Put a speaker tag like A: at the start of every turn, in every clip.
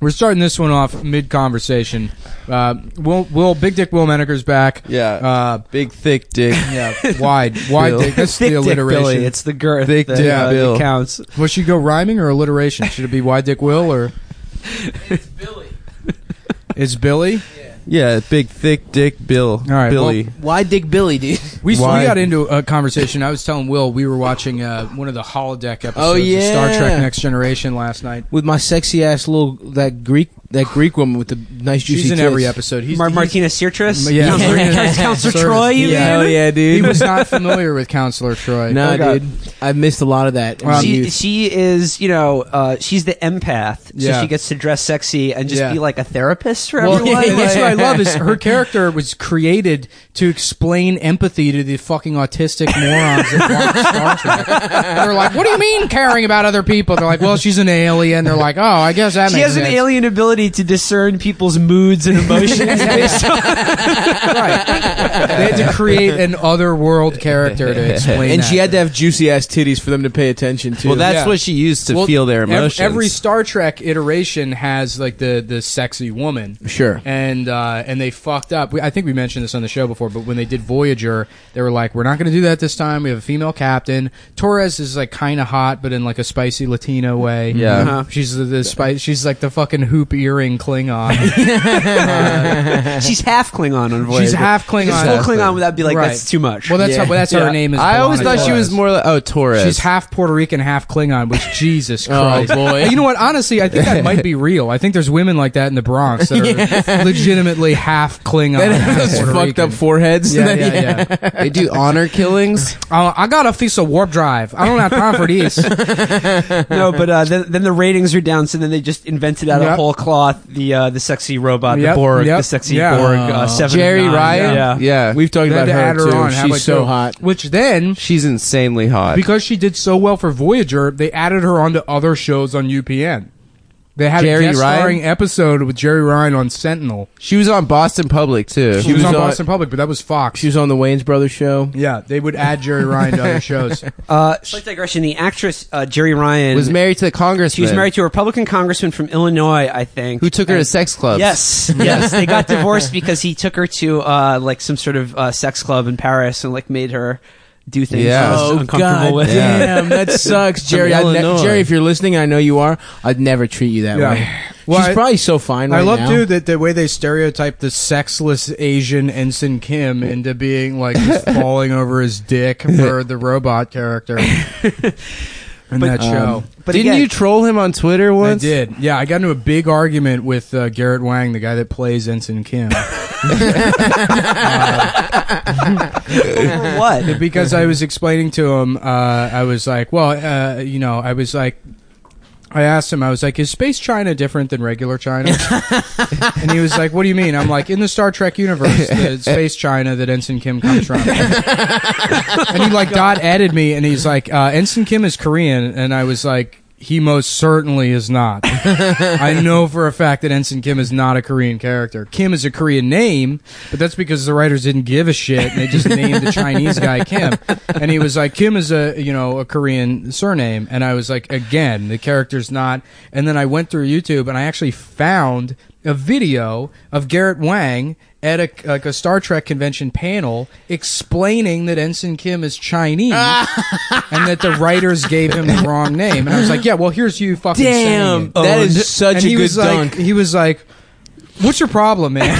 A: We're starting this one off mid conversation. Uh, Will, Will, Big Dick Will Menaker's back.
B: Yeah.
A: Uh,
B: Big thick dick.
A: yeah. Wide, wide
B: Bill.
A: dick. That's
C: Thick
A: the
C: dick Billy.
A: alliteration.
C: It's the girth
B: Thick
C: that,
B: dick
C: uh, that
B: Bill.
C: counts.
A: Well, should you go rhyming or alliteration? Should it be Wide Dick Will or it's Billy?
B: Yeah, big thick dick Bill.
A: All right,
B: Billy.
D: Why Dick Billy, dude?
A: We, we
B: Wide-
A: got into a conversation. I was telling Will we were watching uh, one of the holodeck episodes
D: Oh,
A: of Star
D: yeah.
A: Trek Next Generation last night.
D: With my sexy ass little that Greek that Greek woman with the nice juicy.
A: She's in
D: tits.
A: every episode. He's,
C: Mar-
A: he's-
C: Martina Sirtris?
A: Yeah.
C: Counselor, Counselor
A: Sirtis.
C: Troy, you
A: Yeah.
C: mean?
D: Hell yeah,
A: he
D: dude.
A: was not familiar with Counselor Troy.
D: Nah,
A: Oh, God.
D: dude. I missed a lot of that. in my
A: Um,
C: she,
D: youth.
C: she is, you know, uh, she's the empath, so
A: Yeah.
C: she gets to dress sexy and just
A: Yeah.
C: be like a therapist for
A: Well,
C: everyone.
A: and that's
C: Like-
A: what I love is her character was created to explain empathy to the fucking autistic morons that watch Star Trek. They're like, "What do you mean caring about other people?" They're like, "Well, she's an alien." They're like, "Oh, I guess that
C: She
A: makes
C: has an
A: sense."
C: alien ability to discern people's moods and emotions. based on-
A: Right. They had to create an other world character to explain.
D: and
A: that.
D: she had to have juicy ass titties for them to pay attention to.
B: Well, that's
A: Yeah.
B: what she used to
A: Well,
B: feel their
A: ev-
B: emotions.
A: Every Star Trek iteration has like the the sexy woman.
D: Sure.
A: And uh, and they fucked up. We, I think we mentioned this on the show before, but when they did Voyager, they were like, "We're not going to do that this time. We have a female captain. Torres is like kind of hot, but in like a spicy Latino way.
B: Yeah. Uh-huh.
A: She's the, the spice. She's like the fucking hoop earring Klingon.
C: she's half Klingon on Voyager.
A: she's half Klingon.
C: Because full Klingon would that be like
A: Right.
C: that's too much.
A: Well, that's
D: Yeah.
A: how, well, that's how
C: Yeah.
A: her name is.
B: I always
A: Belana
B: thought she
A: Torres.
B: was more like oh Torres.
A: She's half Puerto Rican, half Klingon, which Jesus
B: Oh,
A: Christ.
B: boy.
A: You know what? Honestly, I think that might be real. I think there's women like that in the Bronx that are legitimately half Klingon.
D: That
A: half
D: those
A: Puerto
D: fucked
A: Rican.
D: up foreheads.
A: Yeah, yeah, yeah.
B: they do honor killings.
A: Uh, I got a piece of warp drive. I don't have time for these.
C: no, but uh, then, then the ratings are down, so then they just invented out
A: Yep.
C: of whole cloth the uh, the sexy robot,
A: Yep,
C: the Borg,
A: yep,
C: the sexy
A: yeah.
C: Borg uh, seven.
D: Jerry
C: of nine.
D: Ryan.
C: Yeah.
D: we've talked
A: They had
D: about
A: to add
D: her
A: her
D: too.
A: on. have,
D: She's
A: like,
D: so
A: the-
D: hot.
A: Which then,
B: She's insanely hot.
A: because she did so well for Voyager, they added her onto other shows on UPN. They had
B: Jerry
A: a guest
B: Ryan?
A: starring episode with Jerry Ryan on Sentinel.
B: she was on Boston Public too.
A: She was, on,
D: on-
A: Boston Public, but that was Fox.
D: She was on the Wayne's Brothers show.
A: yeah, they would add Jerry Ryan to other shows.
C: Uh, slight digression. The actress uh, Jerry Ryan
B: was married to the congressman.
C: She was married to a Republican congressman from Illinois, I think,
B: who took her to
C: And-
B: sex clubs.
C: Yes, yes, they got divorced because he took her to uh, like some sort of uh, sex club in Paris and like made her do things
B: Yeah.
C: she was
D: Oh
C: uncomfortable
D: God,
C: with.
B: Yeah.
D: damn, that sucks, Jerry. I'd ne-
B: Illinois.
D: Jerry, if you're listening, I know you are. I'd never treat you that
A: Yeah.
D: way.
A: Well,
D: She's
A: I-
D: probably so fine. Right
A: I love
D: now.
A: too that the way they stereotype the sexless Asian ensign Kim into being like just falling over his dick for the robot character in that show.
D: um,
C: But
B: Didn't
C: again-
B: you troll him on Twitter
A: I
B: once?
A: did. Yeah, I got into a big argument with uh, Garrett Wang, the guy that plays Ensign Kim,
C: Over what?
A: because I was explaining to him. Uh, I was like, "Well, uh, you know," I was like, I asked him, I was like, is space China different than regular China? and he was like, what do you mean? I'm like, in the Star Trek universe, the space China that Ensign Kim comes from. and he like dot added me and he's like, uh, Ensign Kim is Korean. And I was like, he most certainly is not. I know for a fact that Ensign Kim is not a Korean character. Kim is a Korean name, but that's because the writers didn't give a shit and they just named the Chinese guy Kim. And he was like, Kim is a you know a Korean surname. And I was like, again, the character's not. And then I went through YouTube and I actually found a video of Garrett Wang at a like a Star Trek convention panel explaining that Ensign Kim is Chinese and that the writers gave him the wrong name. And I was like, yeah, well, here's you fucking saying
D: Damn,
B: Oh,
A: it."
D: that
C: Owned.
D: is such
A: and
D: a
A: he
D: good
A: was
D: dunk.
A: like, he was like, "What's your problem, man?"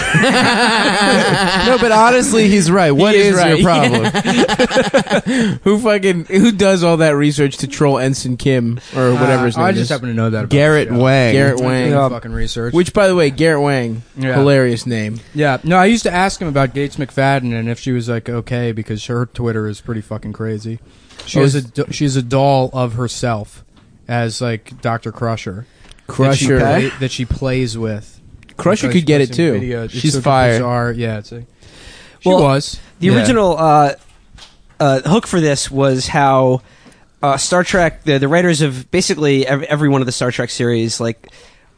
B: No, but honestly, he's right. What
D: is
B: is,
D: right.
B: your problem?
A: Uh,
D: who fucking who does all that research to troll Ensign Kim or whatever his
A: Uh,
D: name
A: I
D: is?
A: just happen to know that about
B: Garrett
A: the show.
B: Wang.
D: Garrett
A: I
D: Wang.
A: did fucking research.
D: Which, by the way, Garrett Wang,
A: Yeah.
D: hilarious name.
A: yeah, no, I used to ask him about Gates McFadden and if she was like okay because her Twitter is pretty fucking crazy. She
D: Oh,
A: is a
D: is-
A: do- she's a doll of herself as like Dr. Crusher that she,
D: Crusher,
A: play- that she plays with.
D: Crusher
A: Like,
D: could get it
A: posting
D: too.
A: videos. It's
D: She's
A: so
D: fire.
A: bizarre. Yeah, it's a, she
C: Well,
A: was.
C: The
A: Yeah.
C: original uh, uh, hook for this was how uh, Star Trek, the, the writers of basically ev- every one of the Star Trek series, like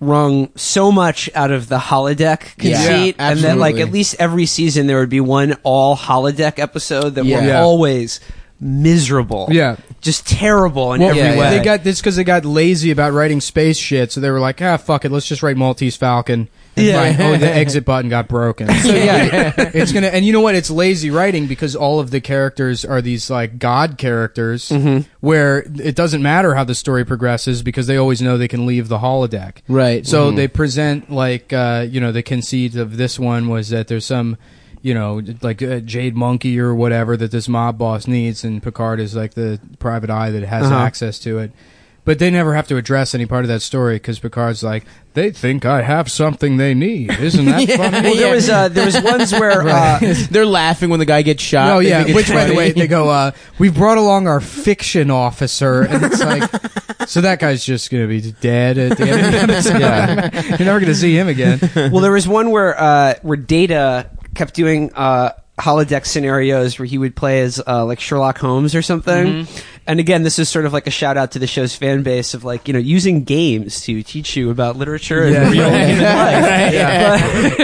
C: wrung so much out of the holodeck
D: Yeah.
C: conceit,
D: Yeah,
C: and that like
D: absolutely.
C: at least every season there would be one all holodeck episode that
D: Yeah.
C: were
D: Yeah.
C: always miserable.
A: Yeah.
C: just terrible in
A: Well,
C: every
B: yeah,
C: way.
A: They got this because they got lazy about writing space shit, so they were like, ah, fuck it, let's just write Maltese Falcon. And
C: Yeah.
A: find- oh, the exit button got broken. So yeah, it's gonna. And you know what? It's lazy writing because all of the characters are these like god characters,
D: Mm-hmm.
A: where it doesn't matter how the story progresses because they always know they can leave the holodeck.
D: Right.
A: So
C: Mm-hmm.
A: they present like uh, you know the conceit of this one was that there's some you know like a jade monkey or whatever that this mob boss needs, and Picard is like the private eye that has
C: Uh-huh.
A: access to it. But they never have to address any part of that story because Picard's like, they think I have something they need. Isn't that funny?
C: well, there was uh, there was ones where uh,
D: They're laughing when the guy gets shot.
A: Oh
D: They
A: yeah,
D: think it's
A: which by the
D: funny.
A: way they go. Uh, We've brought along our fiction officer, and it's like, so that guy's just gonna be dead at the end of the episode. You're never gonna see him again.
C: well, there was one where uh, where Data kept doing uh, holodeck scenarios where he would play as uh, like Sherlock Holmes or something.
A: Mm-hmm.
C: And again, this is sort of like a shout out to the show's fan base of like you know using games to teach you about literature and
A: Yeah.
C: real
A: Right.
C: human life. But,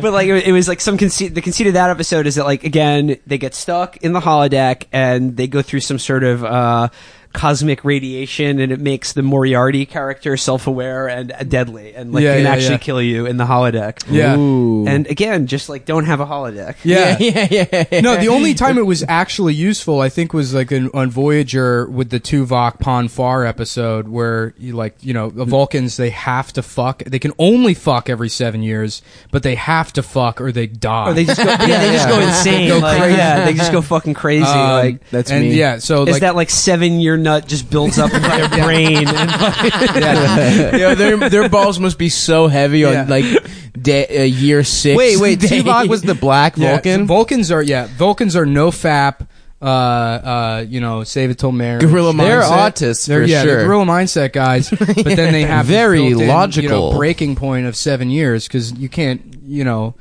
C: but, like it, wa- it was like some conceit. The conceit of that episode is that like again they get stuck in the holodeck and they go through some sort of. Uh, Cosmic radiation, and it makes the Moriarty character self-aware and uh, deadly, and like
A: Yeah,
C: can
A: yeah,
C: actually
A: yeah.
C: kill you in the holodeck.
A: Yeah.
D: Ooh.
C: And again, just like don't have a holodeck.
A: Yeah.
D: yeah, yeah, yeah.
A: no, the only time it was actually useful, I think, was like in, on Voyager with the Tuvok Ponfar episode, where you like you know the Vulcans they have to fuck, they can only fuck every seven years, but they have to fuck or they die.
C: Or Oh, they just go, yeah, they just go insane.
A: Go
C: like,
A: crazy.
C: Yeah, they just go fucking crazy.
A: Um,
C: like,
D: that's
A: and
D: me.
A: yeah, so
C: is
A: like,
C: that like seven year nut just builds up in their brain? And,
D: Yo, their their balls must be so heavy on
A: Yeah.
D: like day, uh, year six.
B: Wait, wait.
D: day.
B: Tuvok was the black
A: yeah,
B: Vulcan.
A: Vulcans are yeah, Vulcans are no fap. Uh, uh, you know, save it till marriage.
D: Gorilla
B: They're
D: mindset.
B: autists
A: They're,
B: for
A: yeah,
B: sure.
A: they're gorilla mindset guys, but then they have this
B: Very
A: built-in, you know,
B: logical.
A: breaking point of seven years because you can't, you know,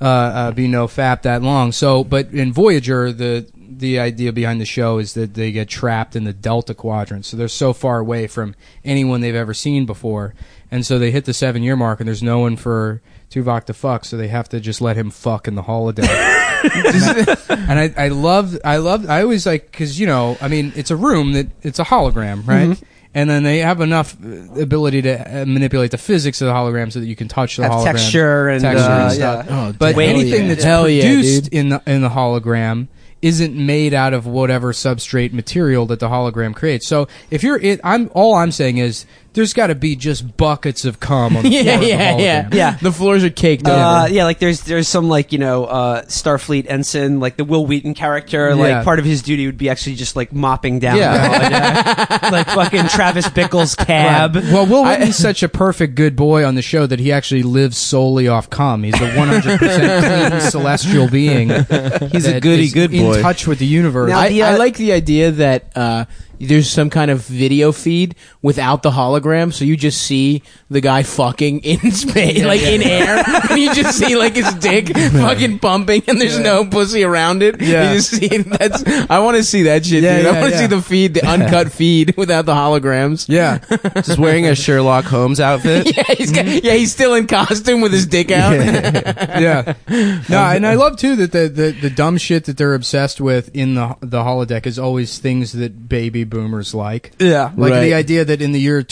A: uh, uh, be no fap that long. So, but in Voyager, the the idea behind the show is that they get trapped in the Delta Quadrant, so they're so far away from anyone they've ever seen before, and so they hit the seven year mark, and there's no one for Tuvok to fuck, so they have to just let him fuck in the holodeck. and I, I love, I love, I always like because you know, I mean, it's a room that it's a hologram, right?
D: Mm-hmm.
A: And then they have enough uh, ability to uh, manipulate the physics of the hologram so that you can touch the hologram.
C: texture and,
A: Texture and
C: uh,
A: stuff.
C: yeah.
D: Oh,
A: But
D: damn.
A: anything
D: Hell
A: that's
D: Hell yeah,
A: produced
D: dude.
A: in the in the hologram isn't made out of whatever substrate material that the hologram creates. So if you're, it, I'm all I'm saying is there's got to be just buckets of cum on the floor
D: yeah,
A: of the
D: yeah, yeah,
A: hologram.
C: Yeah.
D: The floors are caked
C: Uh,
D: over.
C: yeah, like there's there's some like you know uh, Starfleet ensign like the Will Wheaton character
A: Yeah.
C: like part of his duty would be actually just like mopping down
B: Yeah.
C: the holodeck. like fucking Travis Bickle's cab.
A: Right. Well, Will Wheaton's such a perfect good boy on the show that he actually lives solely off cum. He's a 100 percent clean celestial being. He's
B: a goody good boy.
A: in touch with the universe.
C: Now-
D: I,
C: the, uh,
D: I like the idea that uh, there's some kind of video feed without the hologram, so you just see the guy fucking in space, like in air, and you just see like his dick fucking pumping, and there's no pussy around it.
A: Yeah.
D: You just see that's. I want to see that shit,
A: Yeah,
D: dude.
A: yeah,
D: I want to
A: yeah.
D: see the feed, the uncut feed without the holograms.
A: yeah,
B: Just wearing a Sherlock Holmes outfit.
D: Yeah, he's got, yeah, he's still in costume with his dick out.
A: yeah. No, and I love too that the, the the dumb shit that they're obsessed with in the the holodeck is always things that baby boomers like.
C: yeah.
A: Like
D: Right.
A: the idea that in the year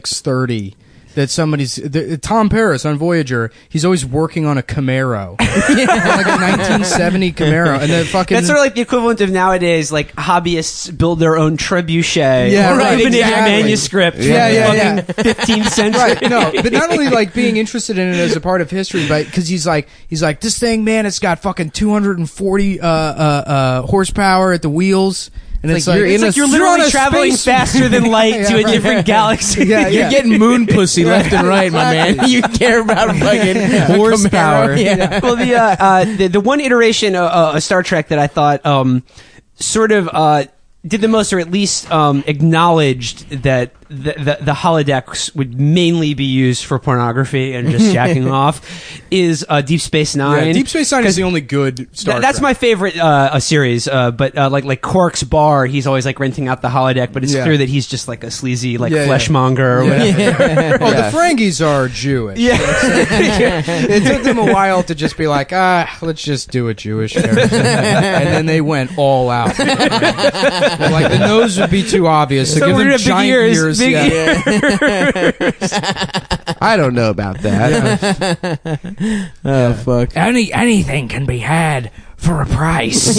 A: 2630 that somebody's the, Tom Paris on Voyager, he's always working on a Camaro, like a 1970 Camaro, and then fucking
C: That's sort of like the equivalent of nowadays, like hobbyists build their own trebuchet,
A: Yeah,
C: or
A: right,
C: even
A: exactly.
C: a manuscript,
A: Yeah,
C: from
A: yeah,
C: the fucking fifteenth century.
A: right no but not only like being interested in it as a part of history but because he's like he's like this thing man it's got fucking 240 uh uh uh horsepower at the wheels and it's, like,
B: you're
A: it's
B: in
A: like
B: a-
C: You're
B: You're
C: literally
B: on a
C: traveling
B: space-
C: faster than light to a
A: right.
C: different galaxy.
A: Yeah,
D: You're getting moon pussy left and right, my man. You care about fucking
B: Horsepower.
D: Camaro. Yeah.
C: well, the, uh, uh, the the one iteration of uh, of Star Trek that I thought um, sort of uh, did the most, or at least um, acknowledged that the, the the holodecks would mainly be used for pornography and just jacking off is uh, Deep Space Nine.
A: yeah, Deep Space Nine is
C: 'Cause
A: the only good Star.
C: Th- that's
A: Trek.
C: my favorite uh, a series, uh, but uh, like like Cork's bar, he's always like renting out the holodeck, but it's
A: Yeah.
C: clear that he's just like a sleazy like
A: Yeah, yeah.
C: fleshmonger or whatever.
A: Oh,
B: Yeah.
A: the Ferengis are Jewish. it took them a while to just be like, ah, let's just do a Jewish character. and then they went all out. like the nose would be too obvious. So,
C: So
A: give
C: we're
A: them
C: gonna have big
A: giant
C: ears, big
A: yeah.
B: I don't know about that.
D: Oh fuck.
E: Any anything can be had for a price.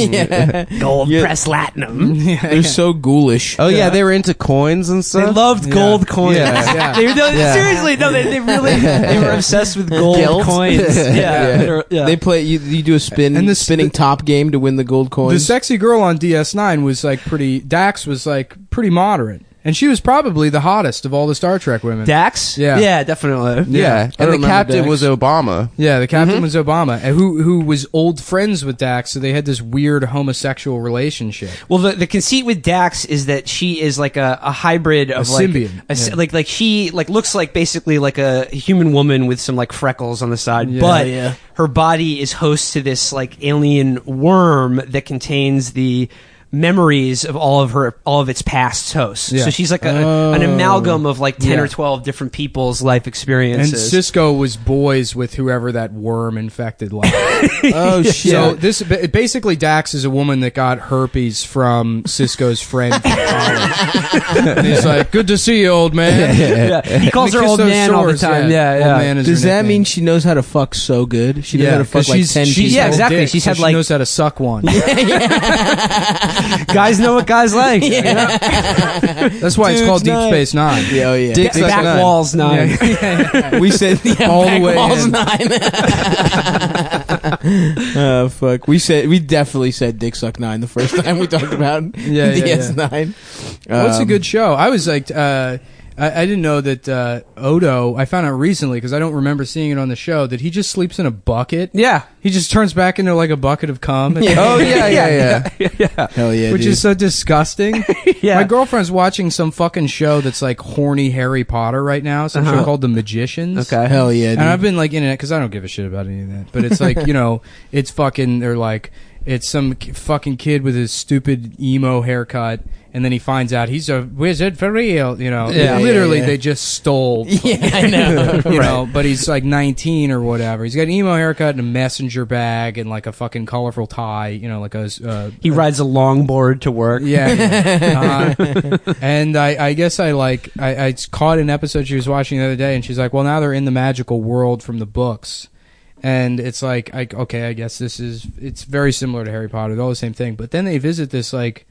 E: Gold
D: Yeah.
E: press latinum.
D: They're so ghoulish.
B: Oh yeah. they were into coins and
C: They
B: stuff.
C: loved gold coins.
B: Yeah.
A: Yeah.
C: They, no,
B: Yeah.
C: Seriously, no, they, they really they were obsessed with gold
D: Guilt.
C: coins. Yeah,
B: Yeah.
C: They're- yeah.
D: They play you. You do a spin
A: And
D: and
A: the s-
D: the spinning
A: the-
D: top game to win the gold
A: The
D: coins.
A: sexy girl on DS9 was like pretty. Dax was like pretty moderate, and she was probably the hottest of all the Star Trek women.
C: Dax.
A: Yeah.
C: yeah, definitely.
A: Yeah.
B: yeah.
D: I
B: And the
D: remember
B: captain
D: Dax.
B: was Obama.
A: yeah, the captain was Obama, and who who was old friends with Dax, so they had this weird homosexual relationship.
C: Well, the, the conceit with Dax is that she is like a, a hybrid of
A: A
C: like
A: symbiont,
C: a s-
A: yeah.
C: like like she like looks like basically like a human woman with some like freckles on the side,
A: Yeah.
C: but
D: Yeah.
C: her body is host to this like alien worm that contains the memories of all of her all of its past hosts.
A: Yeah.
C: So she's like a, an amalgam of like ten or twelve different people's life
A: And
C: experiences.
A: Cisco was boys with whoever that worm infected. Like,
D: oh shit!
A: So this ba- basically Dax is a woman that got herpes from Cisco's friend. from college. and he's like, "Good to see you, old man."
C: yeah. He calls
A: They
C: her
A: kiss
C: old
A: those
C: man all the
A: sores,
C: time. Yeah, yeah.
A: Old man is
D: Does
A: her
D: that
A: nickname.
D: mean she knows how to fuck so good? She knows how to fuck
A: 'cause
D: like ten people.
C: yeah,
A: old
C: exactly.
A: dick,
C: She's
A: so
C: had,
A: she
C: like-
A: knows how to suck one.
C: guys know what guys like.
A: That's why it's
D: Dude's
A: called
D: nine.
A: Deep Space Nine.
D: Yeah, oh yeah.
B: Dick
C: Back
B: sucking on-
C: walls nine.
D: we said
A: All the way in.
D: Oh fuck! We said we definitely said dick suck nine the first time we talked about
A: Yeah, yeah, yeah.
D: DS nine. Um,
A: What's a good show? I was like, uh, I, I didn't know that uh, Odo. I found out recently because I don't remember seeing it on the show that he just sleeps in a bucket.
C: Yeah.
A: He just turns back into like a bucket of cum.
D: Yeah.
B: Oh yeah, yeah, yeah.
D: Hell yeah,
A: Which is so disgusting.
C: Yeah.
A: My girlfriend's watching some fucking show that's like horny Harry Potter right now, some show called The Magicians.
D: hell yeah.
A: And I've been like in it because I don't give a shit about any of that. But it's like, you know, it's fucking, they're like, it's some k- fucking kid with his stupid emo haircut. And then he finds out he's a wizard for real, you know.
D: Yeah,
A: Literally,
D: yeah, yeah.
A: they just stole, you
D: yeah, I know.
A: know. But he's like 19 or whatever. He's got an emo haircut and a messenger bag and like a fucking colorful tie, you know, like a s- uh,
C: He rides a longboard to work.
A: yeah. yeah. Uh, and I, I guess I like I, I caught an episode she was watching the other day, and she's like, "Well, now they're in the magical world from the books." And it's like, I, okay, I guess this is it's very similar to Harry Potter, they're all the same thing. But then they visit this like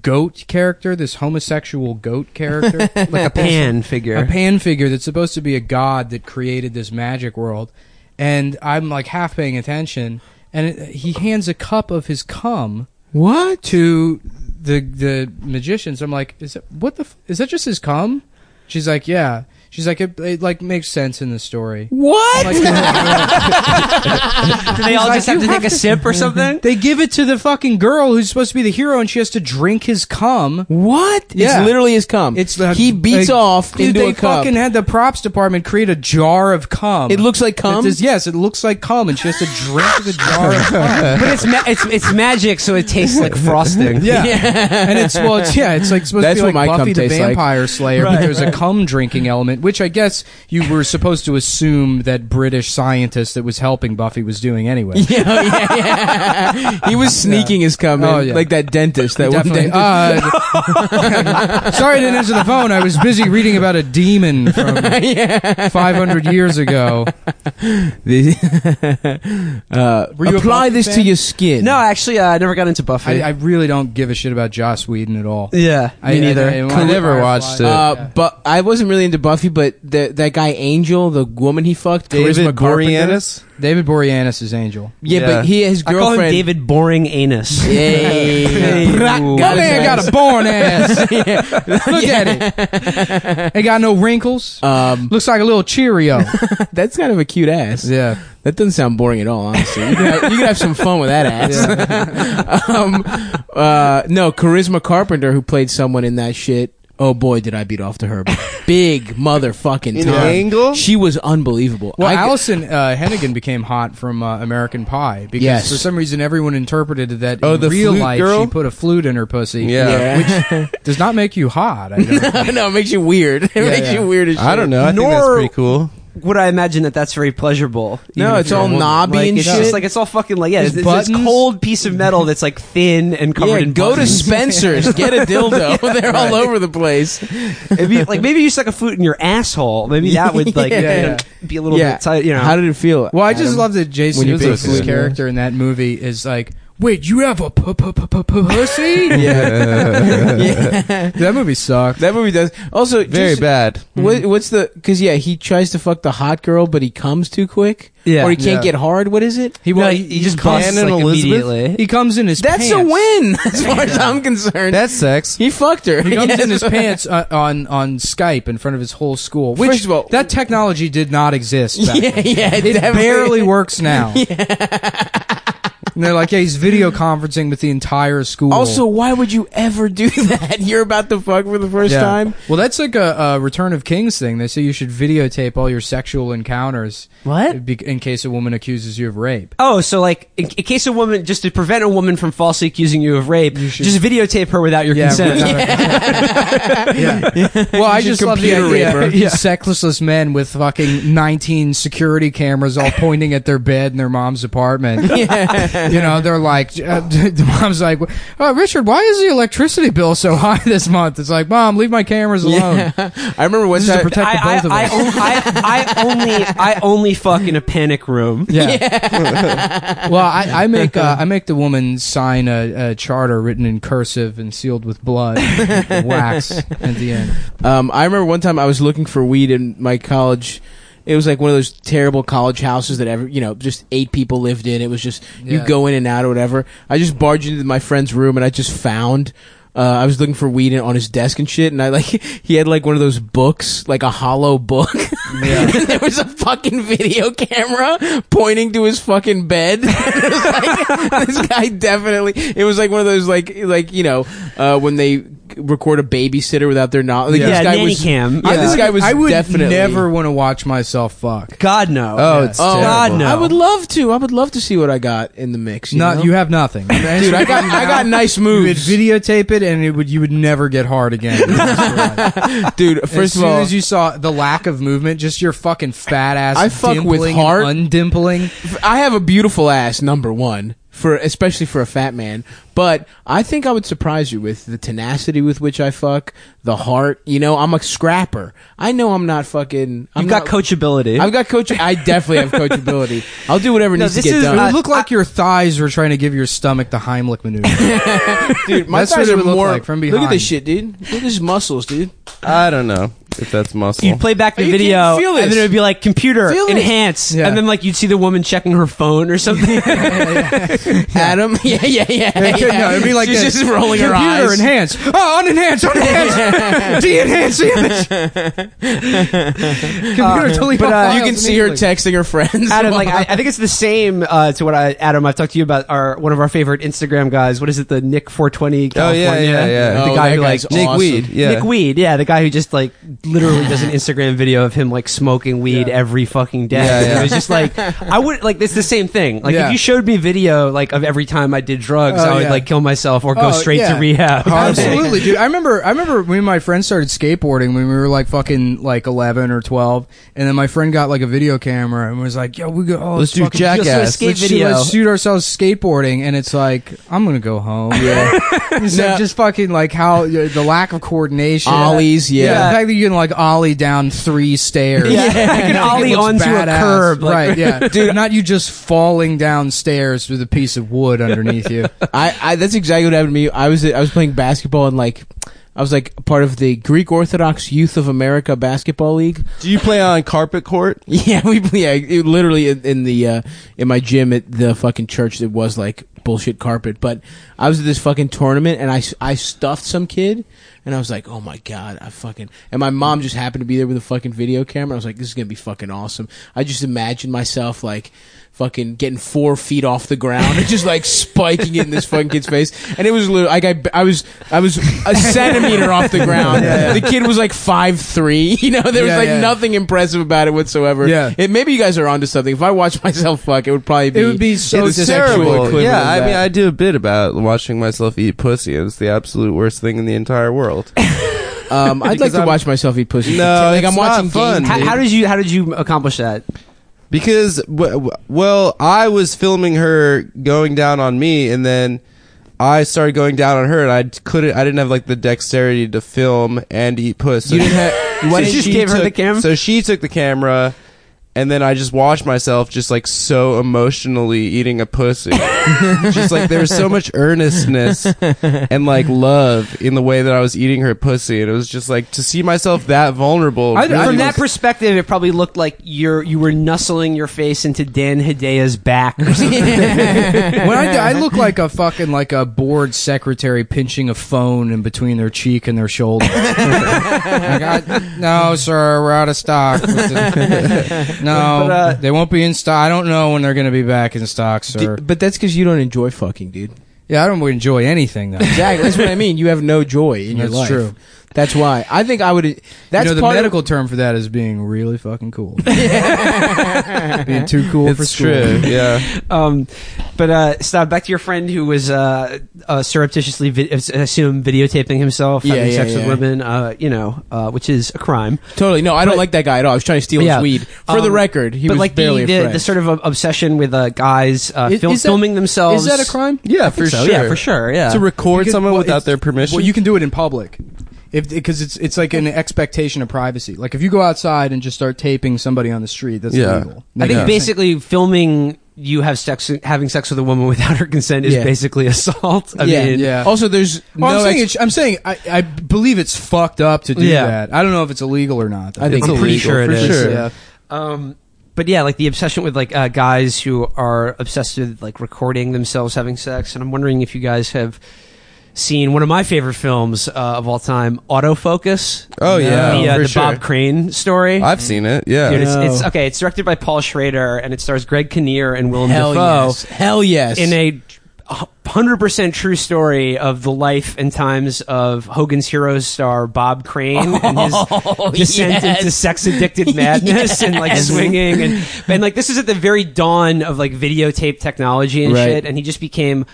A: goat character, this homosexual goat character,
C: Like a pan figure.
A: a pan figure that's supposed to be a god that created this magic world. And I'm like half paying attention, and it, he hands a cup of his cum
D: What?
A: to the the magicians. I'm like, is that what the f- is that just his cum? She's like, yeah. She's like, it, it like makes sense in the story.
D: What?
A: I'm like,
C: Do they all
A: He's like,
C: just have to
A: "You
C: take a
A: have to-
C: sip or something?
A: they give it to the fucking girl who's supposed to be the hero, and she has to drink his cum.
D: What?
A: Yeah.
D: It's literally his cum.
A: It's
D: he beats
A: like,
D: off
A: dude,
D: into
A: they
D: a cup.
A: fucking had the props department create a jar of cum.
D: it looks like cum.
A: It says, yes, it looks like cum, and she has to drink the jar of cum.
C: But it's ma- it's it's magic, so it tastes like frosting.
A: Yeah. and it's well, it's, yeah, it's like supposed
D: That's
A: to be
D: what
A: like
D: my cum
A: Buffy the
D: tastes like.
A: Vampire Slayer, but there's a cum drinking element, which I guess you were supposed to assume that British scientist that was helping Buffy was doing anyway.
D: yeah, oh, yeah, yeah. He was sneaking his cum. in,
A: Oh, yeah.
D: Like that dentist. That one
A: Definitely.
D: dentist.
A: Uh, sorry I didn't answer the phone. I was busy reading about a demon from 500 years ago.
D: The- uh,
A: Were you a
D: apply
A: Buffy
D: this to
A: fan?
D: your skin.
C: No, actually, uh, I never got into Buffy.
A: I, I really don't give a shit about Joss Whedon at all.
C: yeah,
A: I-
C: me neither.
A: I,
B: I never watched it.
D: Uh, but I wasn't really into Buffy, but the, that guy Angel, the woman he fucked, Charisma
B: David
D: Carpenter.
B: Boreanaz.
A: David Boreanaz is Angel.
D: Yeah,
B: Yeah.
D: but he his
C: I call
D: girlfriend.
C: him David Boring Anus.
D: Hey.
C: Hey.
D: Come
A: That
C: Got
A: man got a born ass. Look at it. Ain't got no wrinkles.
D: Um,
A: Looks like a little Cheerio.
D: that's kind of a cute ass.
A: yeah.
D: That doesn't sound boring at all, honestly. You could have, you could have some fun with that ass. um, uh, no, Charisma Carpenter, who played someone in that shit, Oh boy, did I beat off to her! Big motherfucking
B: In
D: time.
B: Angle?
D: She was unbelievable.
A: Well,
D: I-
A: Allison uh, Hennigan became hot from uh, American Pie because
D: Yes.
A: for some reason everyone interpreted that
B: Oh,
A: in
B: the
A: real
B: flute
A: life
B: girl?
A: she put a flute in her pussy.
B: Yeah.
A: which does not make you hot. I don't think.
D: no, it makes you weird. It makes you weird as shit.
B: I don't know. I think that's
C: Nor-
B: pretty cool.
C: Would I imagine that that's very pleasurable?
D: No,
C: even if
D: it's
C: you're a
D: all
C: woman?
D: knobby
C: Like,
D: and
C: it's
D: shit.
C: Just like it's all fucking like yeah,
A: There's
C: it's, it's this
A: buttons.
C: cold piece of metal that's like thin and covered
D: Yeah,
C: in.
D: go to
C: buttons.
D: Spencer's, get a dildo. They're all over the place.
C: It'd be- like maybe you stuck a flute in your asshole. Maybe that would like
D: Yeah.
C: you know, be a little bit tight. You know,
D: How did it feel?
A: Well, I just love that Jason
B: when you
A: Isaacs'
B: basically-
A: character in that movie is like, "Wait, you have a pu- pu- pu- pu- pu- pussy?"
B: Yeah.
A: that movie sucked.
D: that movie does. Also,
B: Very
D: just-
B: bad.
A: Hmm.
D: What, what's the? Because yeah, he tries to fuck the hot girl, but he comes too quick.
C: Yeah.
D: or he
A: Yeah.
D: can't get hard. What is it?
A: He
C: No,
A: well,
C: he, he just
B: Bannon
C: busts like
B: Elizabeth?
C: immediately.
A: he comes in his
D: That's a
A: pants.
D: win, as far as I'm concerned.
B: That's sex.
D: he fucked her.
A: He comes
D: Yes.
A: in his pants uh, on on Skype in front of his whole school. Which
D: First of all-
A: that technology did not exist. Back
D: Yeah, yeah,
A: then. it
D: definitely.
A: barely works now. And they're like, yeah, he's video conferencing with the entire school.
D: Also, why would you ever do that? You're about to fuck for the first
A: Yeah.
D: time.
A: Well, that's like a, a Return of Kings thing. They say you should videotape all your sexual encounters.
D: What?
A: Be- in case a woman accuses you of rape.
C: Oh, so like in, in case a woman, just to prevent a woman from falsely accusing you of rape, just videotape her without your consent.
A: yeah. Well, I
D: should
A: just love the
D: computer
A: idea
D: rape her.
A: of these sexless men with fucking 19 security cameras all pointing at their bed in their mom's apartment. you know, they're like, uh, the mom's like, uh, Richard, why is the electricity bill so high this month? It's like, mom, leave my cameras alone.
D: I remember one
A: This is to
D: time.
A: protect the
C: I,
A: both of
C: I,
A: us.
C: I, I, I only I only fuck in a panic room.
A: Yeah. well, I, I make uh, I make the woman sign a, a charter written in cursive and sealed with blood, and wax at the end.
D: Um, I remember one time I was looking for weed in my college. It was like one of those terrible college houses that ever, you know, just eight people lived in. It was just
A: Yeah.
D: you go in and out or whatever. I just barged into my friend's room and I just found. Uh, I was looking for weed in, on his desk and shit, and I like he had like one of those books, like a hollow book. and there was a fucking video camera pointing to his fucking bed. it was like, this guy definitely. It was like one of those like like you know uh, when they record a babysitter without their knowledge. Like,
B: Yeah.
D: this
C: Yeah,
D: guy
C: nanny
D: was,
C: cam.
D: I-
C: Yeah.
D: This guy was
A: I would
D: definitely
A: never want to watch myself fuck.
C: God no.
B: Oh, it's
D: Oh,
C: God
B: terrible.
C: no.
D: I would love to. I would love to see what I got in the mix. You
A: Not
D: know?
A: you have nothing,
D: dude. I got I got nice
A: You would
D: moves,
A: videotape it, and it would you would never get hard again.
D: dude.
A: First as
D: First
A: soon
D: of all,
A: as you saw the lack of movement, just your fucking fat ass.
D: I fuck with
A: dimpling and
D: heart.
A: undimpling.
D: I have a beautiful ass. Number one. For especially for a fat man, but I think I would surprise you with the tenacity with which I fuck, the heart. You know, I'm a scrapper. I know I'm not fucking. I'm
C: You've got
D: not-
C: coachability.
D: I've got coach. I definitely have coachability. I'll do whatever
C: No,
D: needs to
C: this
D: get
C: is-
A: It
D: done.
A: would look like your thighs were trying to give your stomach the Heimlich maneuver.
D: dude, my
A: That's
D: thighs
A: what it
D: are
A: would look
D: more.
A: like from
D: Look at
A: behind.
D: this shit, dude. Look at his muscles, dude.
B: I don't know if that's muscle.
C: You'd play back the
D: You can
C: video,
D: feel
C: and
D: this.
C: then it would be like computer
D: Feel this.
C: enhance,
A: Yeah.
C: and then like you'd see the woman checking her phone or something.
D: Adam. Yeah, yeah, yeah. yeah.
A: no, it'd be like
D: She's
A: this.
D: just rolling her
A: Computer
D: eyes.
A: enhance. Oh, unenhance, unenhance. De-enhance the image. Computer delete.
C: but,
A: all
C: uh,
A: files
D: you can see her
A: immediately.
D: texting her friends.
C: Adam, like I, I think it's the same uh, to what I Adam. I've talked to you about our one of our favorite Instagram guys. What is it? The Nick four twenty
B: Oh,
C: California.
B: yeah, yeah, yeah.
C: The
D: Oh,
C: guy
D: that
C: who
D: guy's
C: like
B: Nick
D: awesome.
B: Weed. Yeah.
C: Nick Weed. Yeah, the guy who just like literally does an Instagram video of him like smoking weed every fucking day.
B: Yeah, yeah.
C: It was just like I would like it's the same thing. Like
A: Yeah.
C: if you showed me video like of every time I did drugs,
A: Oh,
C: I would
A: yeah.
C: like kill myself or go
A: Oh,
C: straight
A: yeah.
C: to rehab.
A: Absolutely, dude. I remember. I remember when my friend started skateboarding when we were like fucking like eleven or twelve, and then my friend got like a video camera and was like, "Yo, we go. Oh,
B: Let's do
A: fucking-
B: Jackass.
A: let's do a
C: Skate
A: let's do-
C: video.
A: Let's shoot ourselves skateboarding." And it's like, I'm gonna go home. Yeah. so
D: No.
A: just fucking like how uh, the lack of coordination,
D: Ollies, yeah.
A: the fact that you can like ollie down three stairs.
C: Yeah. I can
A: It
C: ollie
A: looks
C: onto a
A: badass.
C: curb, like-
A: right? Yeah, dude. Not you just falling downstairs with a piece of wood underneath you.
D: I, I that's exactly what happened to me. I was I was playing basketball and like I was like part of the Greek Orthodox Youth of America basketball league.
B: Do you play on carpet court?
D: Yeah, we yeah, it, literally in, in the uh, in my gym at the fucking church it was like bullshit carpet. But I was at this fucking tournament and I, s- I stuffed some kid and I was like, oh my god, I fucking. And my mom just happened to be there with a fucking video camera. I was like, this is gonna be fucking awesome. I just imagined myself like fucking getting four feet off the ground and just like spiking it in this fucking kid's face. And it was literally like I, I was I was a centimeter off the ground. The kid was like five three. You know, there was
A: Yeah,
D: like
A: yeah.
D: nothing impressive about it whatsoever.
A: Yeah.
D: It, maybe you guys are onto something. If I watch myself fuck, it would probably be
A: It would be so
D: It's
A: dis-
D: actually
A: terrible.
D: equivalent
B: Yeah,
D: of
B: I
D: that.
B: mean, I do a bit about watching myself eat pussy, and it's the absolute worst thing in the entire world.
D: Um, I'd like
B: Because
D: to
B: I'm-
D: watch myself eat pussy.
B: No,
D: like
B: it's
D: I'm
B: not
D: watching
B: fun,
D: Game
C: How,
D: Dude.
C: how did you how did you accomplish that?
B: Because, w- w- well, I was filming her going down on me, and then I started going down on her, and I couldn't. I didn't have like the dexterity to film and eat pussy.
D: You didn't have.
C: So
D: Why
C: you
D: didn't
C: just
D: you
C: gave her
D: took-
C: the camera.
B: So she took the camera, and then I just watched myself just like so emotionally eating a pussy. just like there was so much earnestness and like love in the way that I was eating her pussy, and it was just like to see myself that vulnerable.
C: From
B: really
C: that
B: was-
C: perspective, it probably looked like you're you were nuzzling your face into Dan Hidea's back. Or something.
A: when I, do- I look like a fucking like a bored secretary pinching a phone in between their cheek and their shoulder. Like, I- no, sir, we're out of stock. no,
C: But, uh,
A: they won't be in stock. I don't know when they're going to be back in stock, sir.
D: D- but that's because you don't enjoy fucking, dude.
A: yeah, I don't enjoy anything though.
D: Exactly. That's what I mean. You have no joy in your
A: That's
D: life.
A: true.
D: That's why. I think I would. That's
A: you know, the
D: part of-
A: medical term for that is being really fucking cool. being too cool for
B: It's
A: school.
B: true, yeah.
C: um, but uh, stop. Back to your friend who was uh, uh, surreptitiously, vid- I assume, videotaping himself
D: Yeah,
C: having
D: yeah,
C: sex with
D: yeah.
C: women. Uh, you know, uh, which is a crime.
D: Totally. No, I don't like that guy at all. I was trying to steal
C: Yeah.
D: his weed. For the
C: Um,
D: record, he
C: but
D: was
C: like
D: barely
C: the,
D: a
C: the,
D: friend.
C: the sort of uh, obsession with uh, guys uh,
A: Is-
C: fil-
A: is that-
C: filming themselves.
A: Is that a crime?
B: Yeah, for
C: So,
B: sure.
C: Yeah, for sure. Yeah.
B: To record
A: Because-
B: someone
A: well,
B: without
A: it's-
B: their permission.
A: Well, you can do it in public, if because it's it's like an expectation of privacy. Like if you go outside and just start taping somebody on the street, that's
B: Yeah.
A: illegal.
C: I think
B: Yeah.
C: basically filming you have sex having sex with a woman without her consent is
D: Yeah.
C: basically assault. I
D: yeah.
C: mean,
D: yeah. Also, there's
A: Well,
D: no.
A: I'm saying,
D: ex-
A: it's, I'm saying I, I believe it's fucked up to do
C: Yeah.
A: that. I don't know if it's illegal or not. though.
D: I think
B: It's
C: I'm pretty
B: illegal,
C: sure it
B: for
C: is.
B: sure.
A: Yeah.
C: Um, but yeah, like the obsession with like uh, guys who are obsessed with like recording themselves having sex, and I'm wondering if you guys have seen one of my favorite films uh, of all time, Autofocus.
B: Oh, yeah,
C: the, uh,
B: for
C: the
B: sure.
C: Bob Crane story.
B: I've seen it. Yeah.
C: Dude, it's,
D: No.
C: it's okay. It's directed by Paul Schrader, and it stars Greg Kinnear and Willem
D: hell
C: Dafoe
D: yes. Hell yes.
C: in a hundred percent true story of the life and times of Hogan's Heroes star Bob Crane and his descent
D: Oh, yes.
C: into sex addicted madness and like swinging and and like this is at the very dawn of like videotape technology and
D: Right.
C: shit and he just became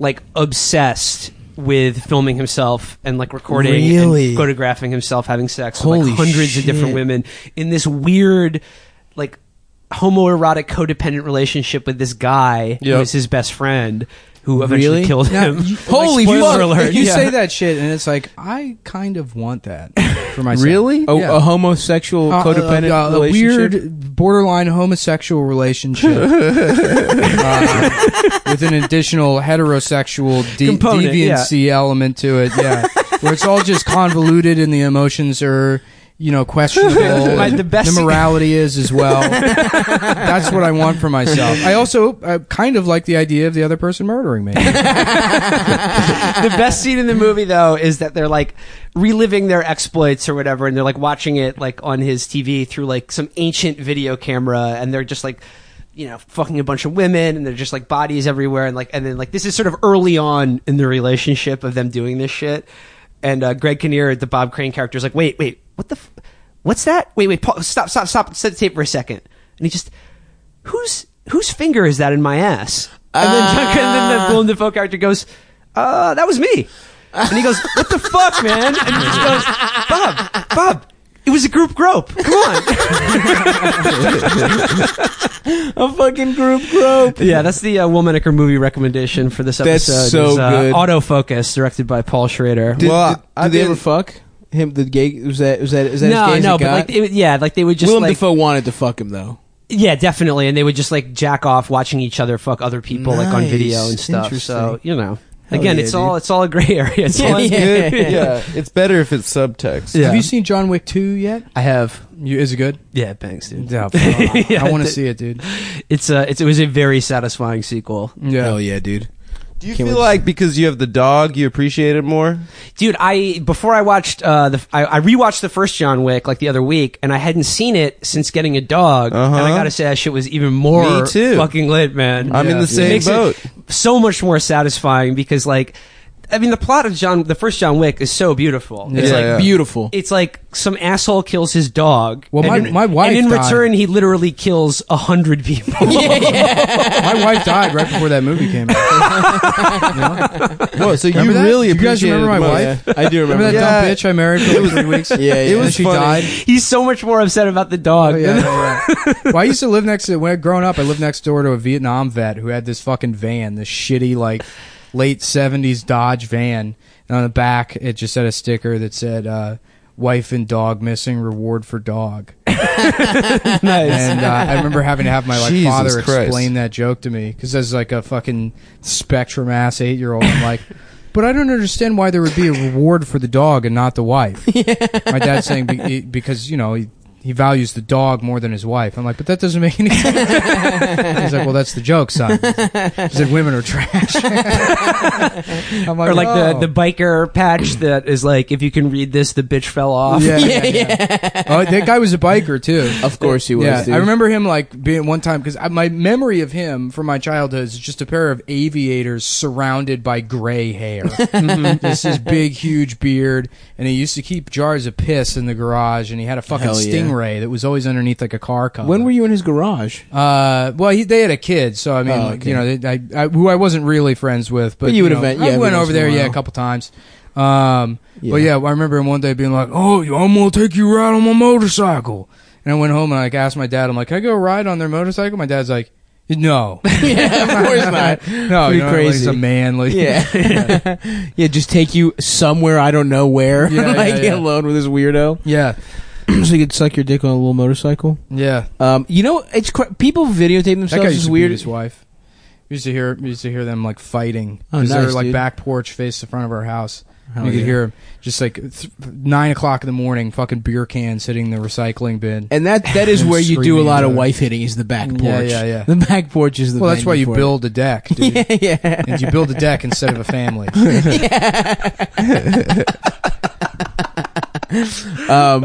C: like obsessed with filming himself and like recording
D: Really?
C: and photographing himself having sex with
D: Holy
C: like hundreds of different
D: shit.
C: women in this weird like homoerotic codependent relationship with this guy who
B: Yep.
C: is his best friend who eventually
D: Really?
C: killed
A: Now,
C: him.
A: you-
D: Holy
A: like,
D: fuck.
A: spoiler alert. You
D: Yeah.
A: say that shit, and it's like I kind of want that for myself. Oh,
B: Really?
D: a,
A: Yeah.
D: a homosexual
A: Uh,
D: codependent
A: uh, uh, a
D: relationship.
A: weird borderline homosexual relationship uh, with an additional heterosexual de-
C: Component,
A: deviancy element to it yeah where it's all just convoluted and the emotions are you know questionable
C: My- the best-
A: the morality is as well that's what i want for myself i also uh, kind of like the idea of the other person murdering me
C: the best scene in the movie though is that they're like reliving their exploits or whatever and they're like watching it like on his TV through like some ancient video camera and they're just like you know fucking a bunch of women and they're just like bodies everywhere and like and then like this is sort of early on in the relationship of them doing this shit and uh, Greg Kinnear the Bob Crane character is like wait wait what the f- what's that wait wait Paul, stop stop stop set the tape for a second and he just who's Whose finger is that in my ass? And then,
D: Uh.
C: and then the Willem Dafoe character goes, uh, that was me. And he goes, what the fuck, man? And he just goes, Bob, Bob, it was a group grope. Come on.
D: a fucking group grope.
C: yeah, that's the uh, Womanicker movie recommendation for this
D: That's
C: episode.
D: so
C: is, uh,
D: good.
C: Autofocus, directed by Paul Schrader.
D: Did,
B: Well,
D: did, did
B: I
D: they ever
B: didn't-
D: fuck him? The gay was that was that is that as
C: no,
D: gay as
C: no,
D: it
C: but
D: got?
C: like, it, yeah, like they would just
D: Willem
C: like,
D: Dafoe wanted to fuck him though.
C: yeah, definitely, and they would just like jack off watching each other fuck other people like on video
D: Nice.
C: and stuff. So
D: Interesting.
C: you know,
D: Hell
C: again,
D: yeah,
C: it's all
D: dude.
C: it's all a gray area. It's all-
D: Yeah.
B: Good. yeah. It's better if it's subtext.
C: Yeah.
A: have you seen john wick 2 yet
C: I have,
A: you, is it good
C: yeah, thanks, dude.
A: yeah, fuck.
C: Yeah,
A: i want to
C: th-
A: see it dude
C: uh, It's a, it's, it was a very satisfying sequel.
A: yeah
D: Hell yeah, dude.
B: Do you
D: Can't
B: feel
D: wait to-
B: like because you have the dog, you appreciate it more?
C: dude i before i watched uh the I, I rewatched the first john wick like the other week and i hadn't seen it since getting a dog
B: Uh-huh.
C: and i gotta say that shit was even more
B: Me too.
C: fucking lit man
B: I'm in the same
C: Makes it
B: boat.
C: so much more satisfying because like i mean the plot of john the first john wick is so beautiful
A: Yeah.
C: it's like
B: Yeah.
D: Beautiful.
C: it's like some asshole kills his dog.
A: Well,
C: and
A: my-
C: in,
A: my wife
C: and in
A: died.
C: return, he literally kills a hundred people.
A: My wife died right before that movie came out.
B: Whoa, so
A: Remember
B: you
A: that?
B: really
A: You guys
B: appreciate
A: remember my
B: it the most.
A: wife?
B: I do remember
A: Remember that
B: Yeah.
A: dumb bitch I married for like three weeks?
D: yeah,
B: It
D: yeah.
B: was
A: And she
B: funny.
A: died.
C: He's so much more upset about the dog.
A: Oh,
C: than
A: yeah, yeah, yeah. Well, I used to live next to when I growing up. I lived next door to a Vietnam vet who had this fucking van, this shitty like late seventies Dodge van, and on the back it just had a sticker that said uh, "Wife and dog missing, reward for dog."
C: the nice.
A: And uh, I remember having to have my like
B: Jesus
A: father
B: Christ.
A: explain that joke to me because as like a fucking spectrum ass eight year old, I'm like. But I don't understand why there would be a reward for the dog and not the wife. My dad's saying be- e, because you know he, he values the dog more than his wife. I'm like, but that doesn't make any sense. He's like, well, that's the joke, son. He said women are trash. I'm like,
C: or like
A: oh.
C: the, the biker patch that is like, if you can read this, the bitch fell off.
A: yeah, yeah, yeah. Oh, that guy was a biker too.
D: Of course he was.
A: Yeah,
D: dude.
A: I remember him like being one time because my memory of him from my childhood is just a pair of aviators surrounded by gray hair.
D: Mhm.
A: this is big, huge beard, and he used to keep jars of piss in the garage, and he had a fucking
D: Hell yeah.
A: stingray that was always underneath like a car cover.
D: When were you in his garage?
A: Uh, well, he, they had a kid, so I mean,
D: Oh,
A: like,
D: okay.
A: you know, they, I, I, who I wasn't really friends with, but,
D: But you would
A: know,
D: have been-
A: I
D: yeah,
A: went
D: every
A: over
D: once in a
A: there, yeah, a
D: while.
A: couple times. Um,
D: Yeah.
A: but yeah, I remember him one day being like, "Oh, you- I'm gonna take you ride on my motorcycle," and I went home and I like, asked my dad, "I'm like, can I go ride on their motorcycle?" My dad's like, "No,
D: yeah, of course not.
A: no,
D: Pretty
A: you know, like,
D: crazy.
A: he's a man, like,
D: Yeah, yeah. Just take you somewhere I don't know where,
A: Yeah, yeah,
D: like
A: yeah.
D: alone with this weirdo,
A: yeah,
D: so you could suck your dick on a little motorcycle.
A: yeah."
D: Um, you know, it's cr- people videotape
A: That
D: themselves.
A: guy
D: is
A: used to
D: weird.
A: beat his wife. We used to hear, we used to hear them like fighting
D: Oh,
A: because they were
D: nice,
A: like
D: dude.
A: back porch face the front of our house.
D: Hell
A: you could
D: yeah.
A: hear him just like th- nine o'clock in the morning, fucking beer cans hitting the recycling bin.
D: And that that is
A: Him
D: where you do a
A: screaming
D: lot of
A: about it.
D: wife hitting is the back porch.
A: Yeah, yeah, yeah.
D: The back porch is the
A: well, that's
D: venue
A: why you
D: for it.
A: build a deck, dude.
D: yeah, yeah.
A: And you build a deck instead of a family.
D: Um,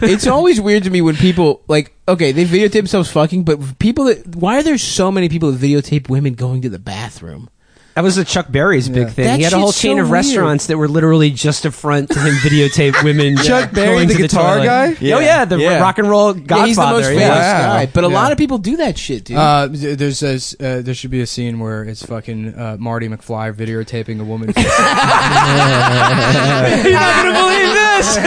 D: it's always weird to me when people like okay they videotape themselves fucking, but people that why are there so many people that videotape women going to the bathroom?
C: That was the Chuck Berry's big
A: Yeah.
C: thing.
D: That
C: he had a whole
D: shit's
C: chain
D: so
C: of restaurants that were literally just a front to him videotape women.
B: Chuck
C: uh,
B: Berry,
C: going
B: the
C: to
B: guitar
C: toilet.
B: guy?
C: Oh yeah, the
B: Yeah.
C: rock and roll godfather.
D: yeah, he's the most famous
C: yeah.
B: Wow.
D: guy, but a
A: Yeah.
D: lot of people do that shit, dude.
A: Uh, there's a, uh, there should be a scene where it's fucking uh, Marty McFly videotaping a woman.
C: You're not gonna believe this.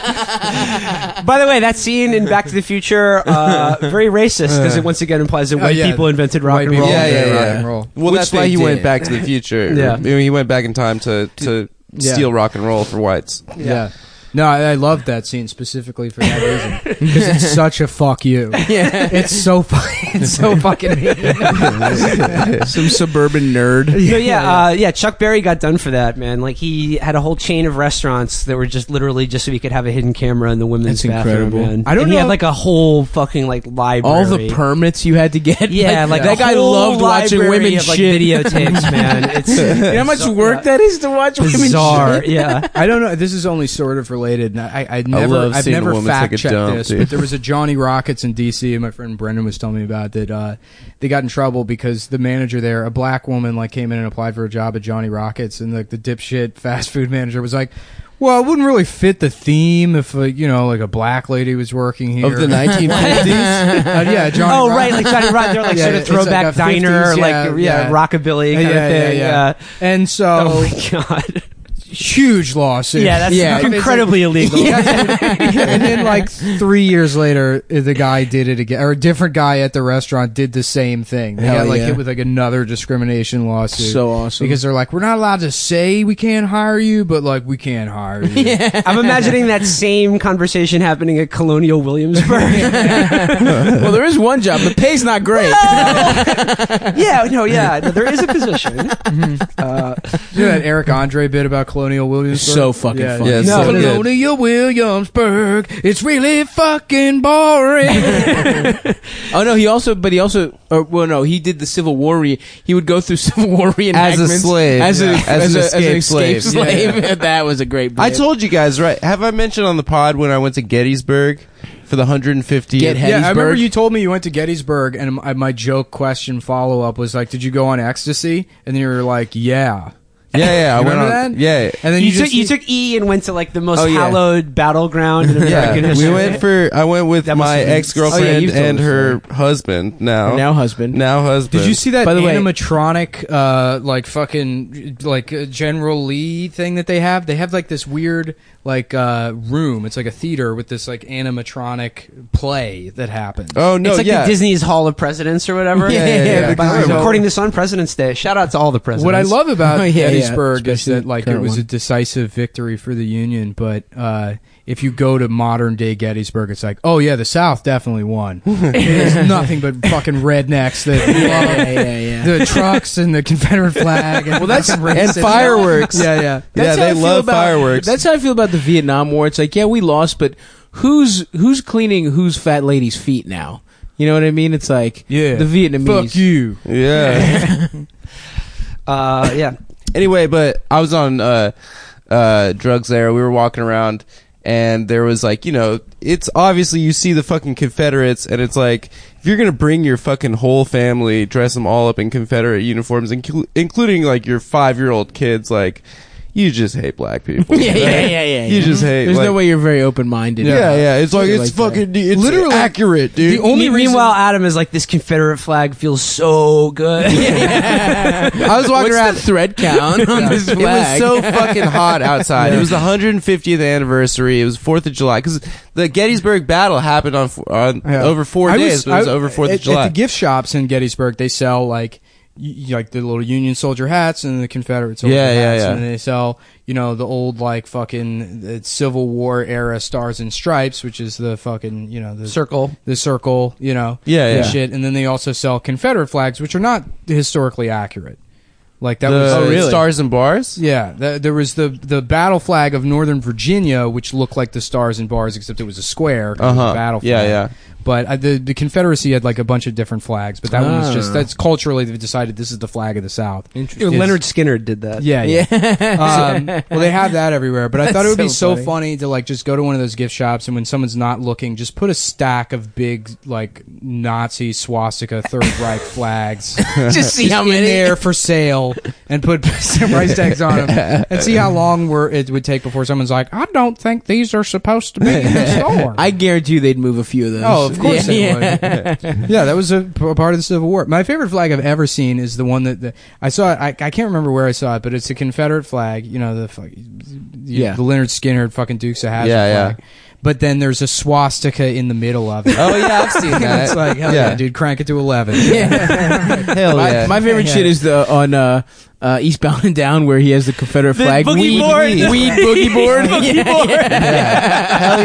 C: By the way, that scene in Back to the Future uh, very racist because it once again implies that white
A: Oh, yeah.
C: people invented Oh, rock
A: White
C: and roll.
A: people
B: Yeah,
A: invented
B: yeah,
A: rock
B: yeah.
A: and roll.
B: Well,
D: Which
B: that's
D: they
B: why he
D: did.
B: went back to the future.
C: Yeah.
B: I mean, he went back in time to to
A: Yeah.
B: steal rock and roll for whites.
A: Yeah. No, I, I loved that scene specifically for that reason because it's such a fuck you.
D: yeah,
A: It's so fucking, it's so fucking mean.
D: some suburban nerd.
C: So yeah, uh, yeah. Chuck Berry got done for that man. Like he had a whole chain of restaurants that were just literally just so he could have a hidden camera in the women's
D: That's
C: bathroom.
D: incredible.
C: Man.
A: I don't
C: And He
A: know
C: had
A: if-
C: like a whole fucking like library.
D: All the permits you had to get.
C: Yeah, like,
D: that
C: a
D: guy
C: whole
D: loved watching
C: library
D: women
C: of, like,
D: shit.
C: videotapes, man. It's
D: you know how much work that is to watch women
C: bizarre.
D: shit.
C: yeah.
A: I don't know. This is only sort of related. And I, I, I never,
B: love
A: I've
B: seeing a
A: never
B: woman take a
A: fact checked
B: dump,
A: this,
B: dude.
A: but there was a Johnny Rockets in D.C. and my friend Brendan was telling me about that. Uh, they got in trouble because the manager there, a black woman, like came in and applied for a job at Johnny Rockets, and like the dipshit fast food manager was like. Well, it wouldn't really fit the theme if, uh, you know, like a black lady was working here.
B: Of the 1950s?
A: Uh, yeah, Johnny.
C: Oh
A: Rockets.
C: right, like Johnny Rock, they're like
A: Yeah,
C: sort of
A: it's like
C: throwback
A: a
C: diner,
A: 50s,
C: like
A: yeah,
C: yeah,
A: yeah.
C: rockabilly
A: Yeah,
C: kind
A: yeah,
C: of thing.
A: yeah.
C: yeah.
A: And so,
C: Oh my god!
A: huge lawsuit.
C: Yeah, that's
D: Yeah.
C: incredibly illegal.
A: and then like three years later, the guy did it again, or a different guy at the restaurant did the same thing. They
D: Hell
A: got like
D: yeah.
A: hit with like another discrimination lawsuit.
D: So awesome.
A: because they're like, we're not allowed to say we can't hire you, but like we can hire you.
C: I'm imagining that same conversation happening at Colonial Williamsburg.
D: well, there is one job. The pay's not great.
C: yeah, no, yeah, no, there is a position. Uh,
A: you know that Eric Andre bit about Colonial Williamsburg.
D: So fucking
A: yeah,
D: funny.
A: yeah.
B: Yeah, it's
C: No,
B: so
C: no,
B: good.
A: Colonial Williamsburg. It's really fucking boring.
D: Oh no, he also, but he also, or, well, no, he did the Civil War. Re- he would go through Civil War reenactments
B: As a slave.
D: as, a,
B: Yeah.
D: as, a, as an escaped slave.
B: Yeah,
D: that was a great. Bit.
B: I told you guys, right? Have I mentioned on the pod when I went to Gettysburg for the 150th?
D: Get head-
A: yeah, I remember
D: Gettysburg.
A: you told me you went to Gettysburg, and my, my joke question follow up was like, "Did you go on ecstasy?" And then you were like, "Yeah."
B: Yeah, yeah, I
A: You
B: went
A: remember
B: on.
A: that?
B: Yeah,
A: And then
C: you,
A: you,
C: took
A: just
C: you took E and went to like the most
B: Oh, yeah.
C: hallowed battleground in American
B: yeah.
C: history.
B: We went for. I went with
C: That must
B: my
C: have been-
B: ex girlfriend
D: Oh, yeah, you've told
B: and
D: us
B: her husband. Now,
D: now husband.
B: now husband.
A: Did you see that
D: By the way-
A: animatronic, uh, like fucking, like uh, General Lee thing that they have? They have like this weird, like uh, room. It's like a theater with this like animatronic play that happens.
B: Oh no!
C: it's like
B: yeah.
C: the Disney's Hall of Presidents or whatever.
B: Yeah, yeah, yeah, the
C: By the way,
B: current
C: we're
B: one.
C: recording this on President's Day. Shout out to all the presidents.
A: What I love about
D: Oh, yeah, yeah,
A: Gettysburg is
D: especially
A: that
D: the
A: like it
D: current
A: was
D: one.
A: a decisive victory for the Union, but uh, if you go to modern day Gettysburg, it's like, oh yeah, the South definitely won. There's nothing but fucking rednecks that love
D: yeah, yeah.
A: the trucks and the Confederate flag. And well, that's
B: and fireworks.
A: Yeah, yeah.
B: yeah,
D: how I
B: they
D: feel
B: love
D: about-
B: fireworks.
D: That's how I feel about the Vietnam War. It's like, yeah, we lost, but who's who's cleaning whose fat lady's feet now? You know what I mean? It's like
A: Yeah.
D: the Vietnamese.
A: Fuck you.
B: yeah.
C: Uh, yeah.
B: anyway, but I was on uh, uh, drugs there. We were walking around, and there was like, you know, it's obviously you see the fucking Confederates, and it's like, if you're gonna bring your fucking whole family, dress them all up in Confederate uniforms, inclu- including like your five year old kids, like, you just hate black people.
D: yeah, yeah, yeah, yeah.
B: You
D: yeah.
B: just hate.
D: There's no
B: like-
D: way you're very open minded.
B: Yeah, yeah. It's like
D: Shit
B: it's
D: like that.
B: fucking. It's
A: Literally,
B: literally accurate, dude.
A: the only
C: Me-
A: reason-
C: meanwhile, Adam is like, this Confederate flag feels so good.
B: I was walking
D: What's
B: around.
D: the thread count on this
B: it was
D: flag?
B: so fucking hot outside. It was the 150th anniversary. It was Fourth of July because the Gettysburg Battle happened on, f- on
A: Yeah.
B: over four
A: I
B: days. but it was
A: I-
B: over Fourth
A: at,
B: of July.
A: At the gift shops in Gettysburg, they sell like y- like the little Union soldier hats and the Confederate soldier
B: Yeah, yeah,
A: hats,
B: yeah.
A: and they sell you know the old like fucking uh, Civil War era stars and stripes, which is the fucking you know the
C: Circle.
A: the circle, you know,
B: Yeah,
A: and
B: yeah.
A: shit, and then they also sell Confederate flags, which are not historically accurate. Like that
B: The
A: was
B: Stars and bars.
A: yeah, th- there was the the battle flag of Northern Virginia, which looked like the stars and bars, except it was a square. 'cause it was a
B: Uh-huh.
A: battle flag.
B: Yeah, yeah.
A: But uh, the the Confederacy had like a bunch of different flags, but that one was just
D: Ah.
A: that's culturally they've decided this is the flag of the South.
C: Dude,
A: Is-
C: Leonard Skinner did that.
A: Yeah, yeah. um, well, they have that everywhere, but I thought it would be
C: That's so
A: so
C: funny.
A: funny. to like just go to one of those gift shops and when someone's not looking, just put a stack of big like Nazi swastika Third Reich flags
D: just see how
A: in
D: many.
A: there for sale and put some price tags on them and see how long we're, it would take before someone's like, I don't think these are supposed to be in the store.
D: I guarantee you they'd move a few of those.
A: Oh, of course
D: Yeah,
A: it
D: yeah.
A: would. Yeah, that was a p- part of the Civil War. My favorite flag I've ever seen is the one that the, I saw. It, I, I can't remember where I saw it, but it's a Confederate flag. You know the fuck,
D: Yeah.
A: the Leonard Skinner fucking Dukes of Hazzard
B: Yeah, yeah.
A: flag. But then there's a swastika in the middle of it.
B: Oh yeah, I've seen that.
A: it's like, hell yeah. dude, crank it to eleven.
B: Hell
D: my,
B: yeah.
D: my favorite shit is the on uh, uh, Eastbound and Down where he has the Confederate flag
C: boogie
D: weed,
C: board.
D: weed, boogie board. Yeah,
B: Hell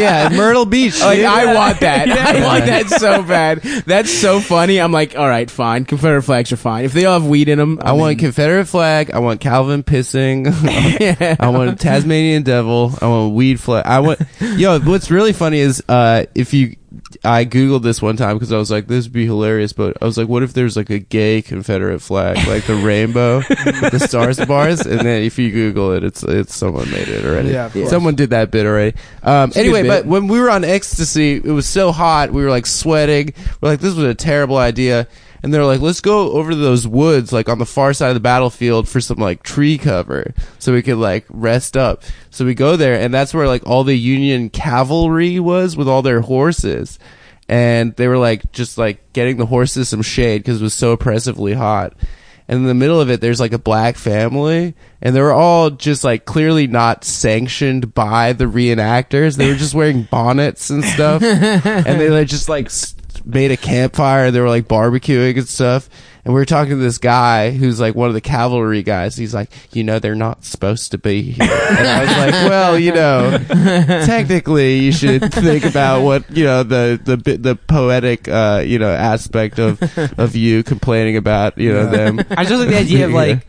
B: yeah, Myrtle Beach.
D: Like,
B: dude.
D: I want that. I want that so bad. That's so funny. I'm like, all right, fine. Confederate flags are fine if they all have weed in them.
B: I want Confederate flag. I want Calvin pissing. I want a Tasmanian devil. I want weed flag. I want. Yo, what's really funny is uh, if you, I googled this one time because I was like, this would be hilarious. But I was like, what if there's like a gay Confederate flag, like the rainbow, with the stars and bars? And then if you Google it, it's it's someone made it already.
A: Yeah, of course.
B: someone did that bit already. Um,
D: a good
B: anyway,
D: bit.
B: but when we were on ecstasy, it was so hot. We were like sweating. We're like, this was a terrible idea. And they're like, let's go over to those woods, like on the far side of the battlefield for some like tree cover so we could like rest up. So we go there and that's where like all the Union cavalry was with all their horses. And they were like, just like getting the horses some shade because it was so oppressively hot. And in the middle of it, there's like a black family, and they were all just like clearly not sanctioned by the reenactors. They were just wearing bonnets and stuff, and they like just like s- made a campfire. They were like barbecuing and stuff. And we were talking to this guy who's like one of the cavalry guys. He's like, you know, they're not supposed to be here. And I was like, well, you know, technically, you should think about what you know the the bit- the poetic uh, you know aspect of of you complaining about you know them.
C: I just like the idea of
B: Yeah.
C: like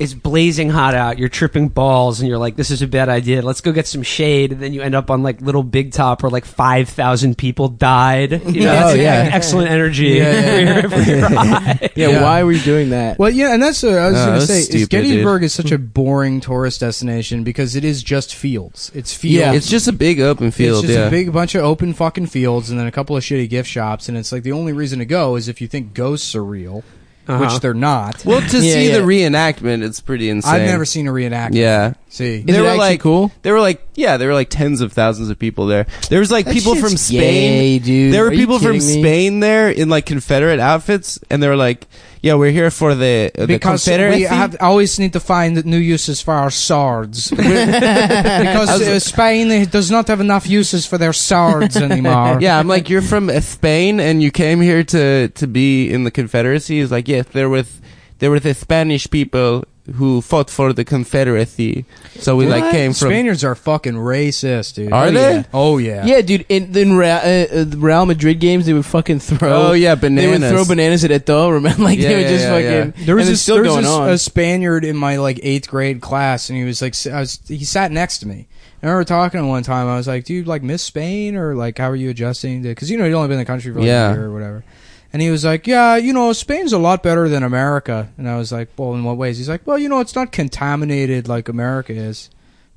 C: it's blazing hot out. You're tripping balls, and you're like, "This is a bad idea. Let's go get some shade." And then you end up on like Little Big Top, where like five thousand people died. You know,
D: Yeah.
C: that's
D: Oh, yeah.
C: excellent energy.
D: Yeah, yeah,
C: for your- for your eye.
D: Yeah,
A: Yeah.
D: why were you doing that?
A: Well, yeah, and that's what I was
B: Oh,
A: going to
B: that's
A: say. Is
B: stupid,
A: Gettysburg is such a boring tourist destination because it is just fields. It's fields.
D: Yeah.
B: It's just a big open field.
A: It's just
B: yeah.
A: a big bunch of open fucking fields and then a couple of shitty gift shops, and it's like the only reason to go is if you think ghosts are real,
C: Uh-huh.
A: which they're not.
B: well, to
D: Yeah,
B: see
D: yeah.
B: the reenactment, it's pretty insane.
A: I've never seen a reenactment.
B: Yeah.
A: See,
D: Is
B: They
D: it
B: were
D: actually
B: like-
D: cool?
B: There were like yeah, there were like tens of thousands of people there. There was like
D: That
B: people
D: shit's
B: from Spain.
D: gay, dude.
B: There were
D: Are you
B: people from
D: kidding me?
B: Spain there in like Confederate outfits, and they were like, "Yeah, we're here for the uh, the
A: because
B: Confederacy."
A: we have always need to find new uses for our swords. because uh, Spain uh, does not have enough uses for their swords anymore.
B: yeah, I'm like, "You're from uh, Spain, and you came here to to be in the Confederacy." It's like, "Yes, there with there were the Spanish people who fought for the Confederacy." So we like came from.
A: Spaniards are fucking racist, dude.
B: Are
A: Oh,
B: they?
A: yeah. Oh yeah.
D: Yeah, dude. In, in Real, uh, uh, the Real Madrid games, they would fucking throw.
B: Oh yeah,
D: they
B: bananas.
D: would throw bananas at Eto. Remember, like
B: Yeah,
D: they would
B: yeah,
D: just
B: yeah,
D: fucking.
A: There was
D: and
A: this,
D: it's still
A: there was
D: going
A: this-
D: on.
A: a Spaniard in my like eighth grade class, and he was like, s- I was he sat next to me. And I remember talking to him one time. I was like, "Do you like miss Spain or like how are you adjusting?" Because you know you'd only been in the country for like
B: Yeah.
A: a year or whatever. And he was like, "Yeah, you know Spain's a lot better than America." And I was like, "Well, in what ways?" He's like, "Well, you know it's not contaminated like America is."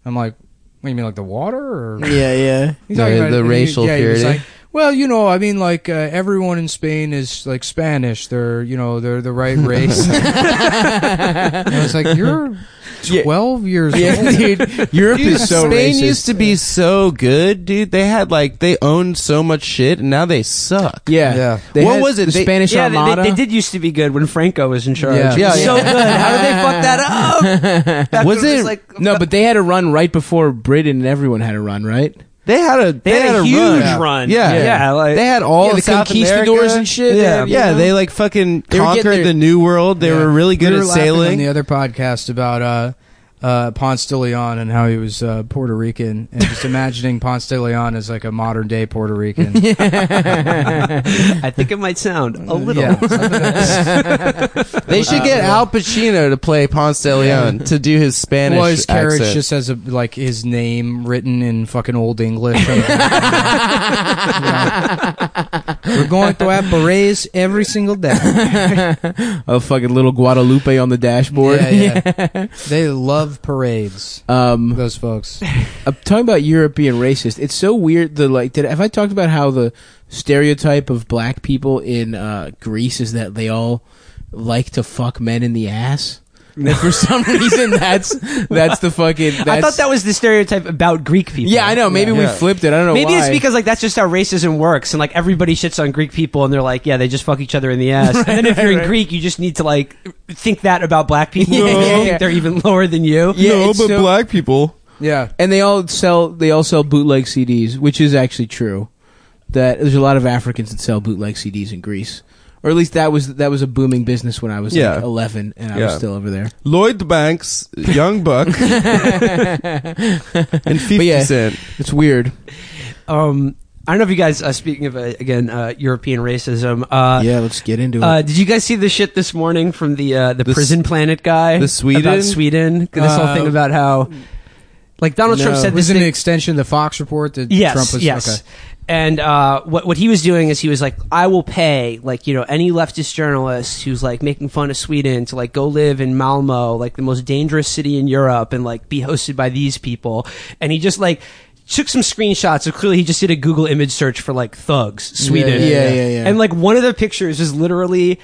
A: I'm like, "What do you mean, like the water?" Or?
D: yeah, yeah.
A: He's
B: The-
A: talking about
B: the
A: it, and
B: racial
A: he, yeah, He was
B: purity.
A: like, well, you know, I mean, like uh, everyone in Spain is like Spanish. They're you know they're the right race. and I was like, you're
D: Yeah.
A: twelve years
D: Yeah,
A: old.
D: dude. Europe
B: Dude,
D: is so
B: Spain
D: racist.
B: used to be so good, dude. They had like they owned so much shit, and now they suck.
D: yeah.
A: Yeah.
D: They
B: What
D: had
B: was it?
D: The
B: They-
D: Spanish
C: Yeah, they-
D: Armada.
C: they, they did used to be good when Franco was in charge.
D: Yeah. Yeah,
C: so good. How did they fuck that up? Back
B: Was
C: when
B: it-
C: like
D: no, but they had a run right before Britain, and everyone had a run, right?
B: They had a they,
C: they, had, a huge
B: run.
C: run.
B: Yeah.
C: yeah, like
B: They had all
D: Yeah, the
B: South
D: conquistadors
B: America.
D: and shit, they
B: Yeah,
D: had, you
B: yeah,
D: know?
B: they like fucking
D: They were getting
B: conquered
D: their-
B: the new world. They
A: Yeah.
B: were really good
A: we were
B: at
A: laughing on
B: sailing.
A: the other podcast about uh, uh, Ponce de Leon and how he was uh, Puerto Rican, and just imagining Ponce de Leon as like a modern day Puerto Rican.
C: I think it might sound a little.
A: Yeah. Something else.
B: they should get Al Pacino to play Ponce de Leon to do his Spanish
A: well, his carriage
B: accent.
A: just has a like his name written in fucking old English. Yeah. We're going to have berets every single day.
D: A fucking little Guadalupe on the dashboard.
A: Yeah, yeah. they love parades.
D: Um,
A: Those folks.
D: I'm talking about Europe being racist. It's so weird. The like, did have I talked about how the stereotype of black people in uh, Greece is that they all like to fuck men in the ass? And for some reason, that's that's the fucking. That's,
C: I thought that was the stereotype about Greek people.
D: Yeah, I know. Maybe we
B: Yeah.
D: flipped it. I don't know.
C: Maybe it's
D: why.
C: because like that's just how racism works, and like everybody shits on Greek people, and they're like, yeah, they just fuck each other in the ass. and then if you're in Greek, you just need to like think that about black people.
D: Yeah,
C: You
D: yeah,
C: think
D: yeah.
C: they're even lower than you.
D: Yeah, it's so-
B: black people.
A: Yeah.
D: and they all sell they all sell bootleg CDs, which is actually true. That there's a lot of Africans that sell bootleg CDs in Greece, or at least that was that was a booming business when I was
B: Yeah.
D: like 11 and I was
B: Yeah.
D: still over there.
B: Lloyd Banks, Young Buck, and
D: But
B: 50
D: yeah.
B: Cent.
D: It's weird.
C: Um, I don't know if you guys. Uh, speaking of uh, again uh, European racism, uh,
D: yeah, let's get into
C: Uh,
D: it.
C: did you guys see the shit this morning from the uh, the,
B: The s-
C: prison planet guy?
B: the Sweden?
C: about Sweden. This whole
A: Uh,
C: thing about how, like Donald Trump
D: No.
C: said, this
A: Wasn't
C: thing,
A: it an extension of the Fox report that
C: yes,
A: Trump was
C: yes.
A: okay.
C: And uh, what what he was doing is he was like, I will pay like you know any leftist journalist who's like making fun of Sweden to like go live in Malmo, like the most dangerous city in Europe, and like be hosted by these people. And he just like took some screenshots. So clearly, he just did a Google image search for like thugs Sweden.
D: Yeah, yeah, yeah, yeah.
C: And like one of the pictures is literally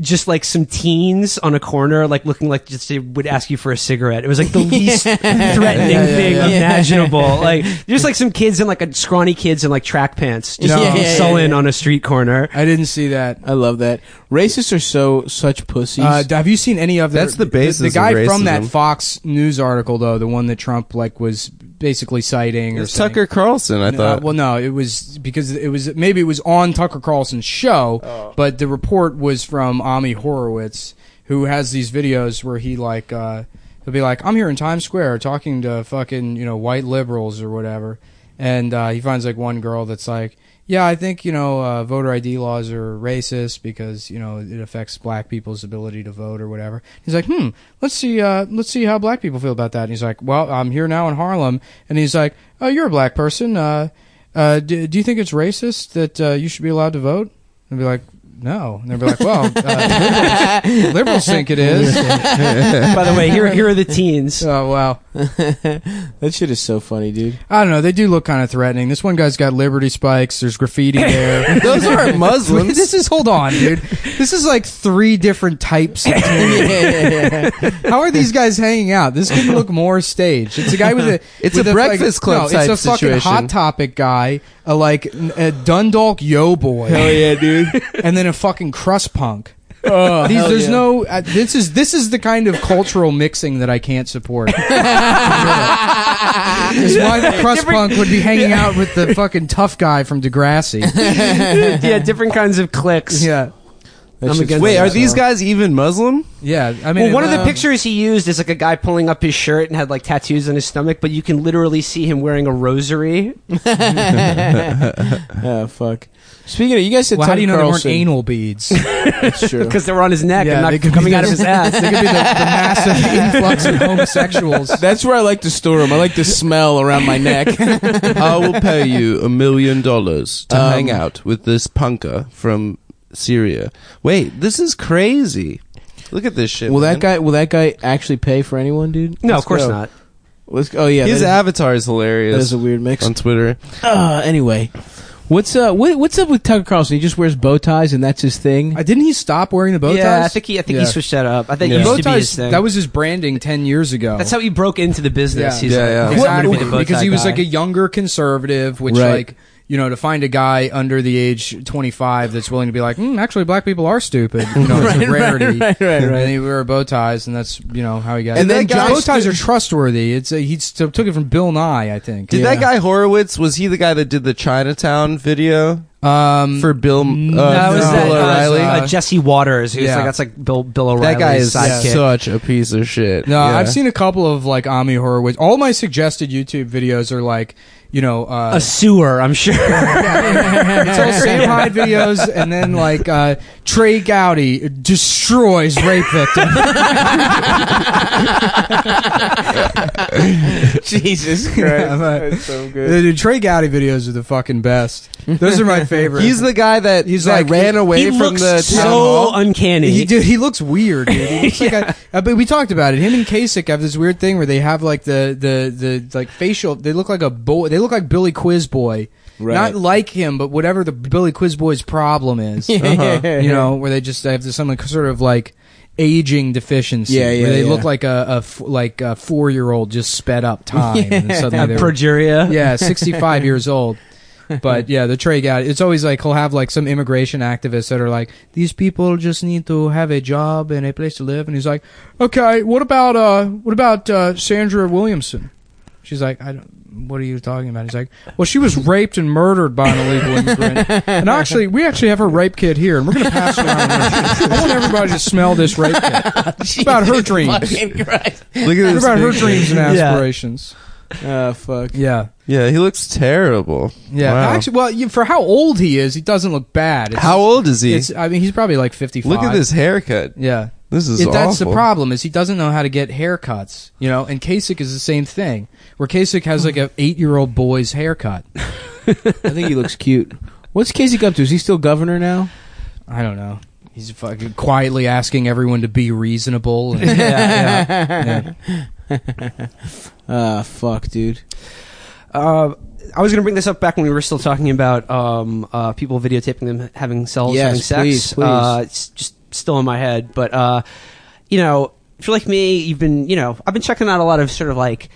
C: just like some teens on a corner, like looking like just they would ask you for a cigarette. It was like the least threatening
D: Yeah, yeah,
C: thing
D: yeah.
C: imaginable. Like just like some kids in like a scrawny kids in like track pants, just
D: No.
C: being
D: Yeah, yeah, yeah,
C: sullen
D: yeah.
C: on a street corner.
A: I didn't see that.
D: I love that. Racists are so such pussies.
A: Uh, have you seen any of
B: That's the basis
A: The,
B: of
A: guy from that
B: racism.
A: Fox News article, though, the one that Trump like was basically citing, or
B: It's
A: saying-
B: Tucker Carlson, I
A: Uh,
B: thought.
A: well, no, it was because it was maybe it was on Tucker Carlson's show, but the report was from Ami Horowitz, who has these videos where he like uh, he'll be like, "I'm here in Times Square talking to fucking you know white liberals or whatever," and uh, he finds like one girl that's like. Yeah, I think you know uh, voter ID laws are racist because you know it affects black people's ability to vote or whatever. He's like, hmm, let's see, uh, let's see how black people feel about that. And he's like, well, I'm here now in Harlem, and he's like, oh, you're a black person. Uh, uh, do, do you think it's racist that uh, you should be allowed to vote? And be like, no. And they'll be like, well, uh, liberals, liberals think it is.
C: By the way, here here are the teens.
A: Oh wow.
D: that shit is so funny, dude.
A: I don't know. They do look kind of threatening. This one guy's got liberty spikes. There's graffiti there.
B: Those aren't Muslims.
A: this is hold on, dude. This is like three different types. Of How are these guys hanging out? This could look more staged. It's a guy with a.
B: It's
A: with
B: a Breakfast Club
A: No,
B: type
A: it's a fucking
B: situation.
A: hot topic guy, a like a Dundalk yo boy,
D: yeah, dude.
A: and then a fucking crust punk.
C: Oh,
A: These, there's no. Uh, this is this is the kind of cultural mixing that I can't support. Is why the crust punk would be hanging out with the fucking tough guy from Degrassi.
C: yeah, different kinds of clicks.
A: Yeah,
C: I'm against
B: Wait, are
C: that.
B: these guys even Muslim?
A: yeah. I mean,
C: Well, one of the
D: Um,
A: uh,
C: pictures he used is like a guy pulling up his shirt and had like tattoos on his stomach, but you can literally see him wearing a rosary.
D: oh fuck. Speaking of, you guys said
A: Well,
D: Tucker
A: how do you know they weren't
D: Carlson.
A: anal beads?
D: That's true.
C: because they were on his neck
A: Yeah, they
C: and
A: could
C: not
A: be
C: coming out
A: the-
C: of his ass.
A: They could be the, the massive influx of homosexuals. Uh,
D: That's where I like to store them. I like the smell around my neck.
B: I will pay you a million dollars to
D: Um,
B: hang out with this punker from Syria. Wait, this is crazy. Look at this shit.
D: will
B: man.
D: that guy? Will that guy actually pay for anyone, dude?
C: No,
D: Let's
C: of course
D: go.
C: not.
D: Let's. Oh yeah,
B: His
D: that is-
B: avatar is
D: that is
B: hilarious
D: a weird mix.
B: on
C: Um,
B: Twitter.
D: Uh, anyway, what's uh, what, what's up with Tucker Carlson? He just wears bow ties and that's his thing.
A: Uh, Didn't he stop wearing the bow ties?
C: Yeah, I think he. I think
A: Yeah.
C: he switched that up. I think
B: Yeah.
C: it
A: bow
C: used to be
A: ties.
C: his thing.
A: That was his branding ten years ago.
C: That's how he broke into the business.
A: Yeah.
C: He's
B: Yeah,
C: like,
B: yeah.
C: "Here's how I'm gonna be the bow
A: because
C: tie
A: he was
C: guy."
A: like a younger conservative, which
D: Right.
A: like you know to find a guy under the age twenty five that's willing to be like, mm, actually, black people are stupid. You know, it's a rarity.
D: right, right,
A: And
D: right.
A: he wore bow ties, and that's you know how he got.
B: And
A: it.
B: that guy-
A: bow ties are trustworthy. It's a, he st- took it from Bill Nye, I think.
B: Did
D: Yeah.
B: that guy Horowitz? Was he the guy that did the Chinatown video
A: Um,
B: for Bill? Uh,
A: that
B: for
A: was
B: Bill
A: that, uh,
B: O'Reilly.
A: uh,
C: uh, Jesse Waters. Who's
A: Yeah.
C: like that's like Bill Bill O'Reilly's
B: that guy is
C: sidekick.
B: such a piece of shit.
A: No,
B: Yeah.
A: I've seen a couple of like Ami Horowitz. All my suggested YouTube videos are like, you know, uh,
C: a sewer, I'm sure.
A: it's all Sam Hyde videos, and then like uh, Trey Gowdy destroys rape victims.
D: Jesus Christ,
A: Yeah, but-
D: that's so
A: The,
D: good.
A: Trey Gowdy videos are the fucking best. Those are my favorite.
B: He's the guy that
A: He's
B: he's that
A: like-
B: ran away
C: he
B: from
C: looks
B: the town
C: so
B: hall.
C: uncanny.
A: He, dude, he looks weird. Dude. He looks like a, uh, but we talked about it. Him and Kasich have this weird thing where they have like the the the like facial. They look like a boy. They look like Billy Quiz Boy.
D: Right.
A: Not like him, but whatever the Billy Quiz Boy's problem is, uh-huh.
D: Yeah.
A: you know, where they just have this, some sort of like aging deficiency.
D: Yeah, yeah,
A: where they
D: yeah.
A: look like a, a f- like a four year old just sped up time. and suddenly
C: Uh,
A: they were-
C: progeria.
A: yeah, 65 years old. But yeah, the Trey guy, it's always like he'll have like some immigration activists that are like, these people just need to have a job and a place to live. And he's like, okay, what about, uh, what about, uh, Sandra Williamson? She's like, I don't, what are you talking about? He's like, well, she was raped and murdered by an illegal immigrant. And actually, we actually have her rape kit here and we're going to pass it around. I want everybody to smell this rape kit. It's about her dreams.
D: Fucking Christ.
B: Look at
A: It's
B: this
A: about her
B: picture.
A: dreams and
C: Yeah.
A: aspirations.
D: Oh fuck.
A: yeah.
B: Yeah, he looks terrible.
A: Yeah,
B: Wow.
A: actually, well, you, for how old he is, he doesn't look bad. It's,
B: How old is he?
A: It's, I mean, he's probably like fifty-five.
B: Look at this haircut.
A: Yeah,
B: This is
A: If that's the
B: awful.
A: problem is he doesn't know how to get haircuts. You know, and Kasich is the same thing. Where Kasich has like a eight-year-old boy's haircut.
D: I think he looks cute. What's Kasich up to? Is he still governor now?
A: I don't know. He's fucking quietly asking everyone to be reasonable. And, yeah,
D: Ah, fuck, dude.
C: Uh, I was going to bring this up back when we were still talking about um, uh, people videotaping them having cells
D: Yes,
C: having sex.
D: please, please.
C: Uh, it's just still in my head, but uh, you know, if you're like me, you've been you know, I've been checking out a lot of sort of like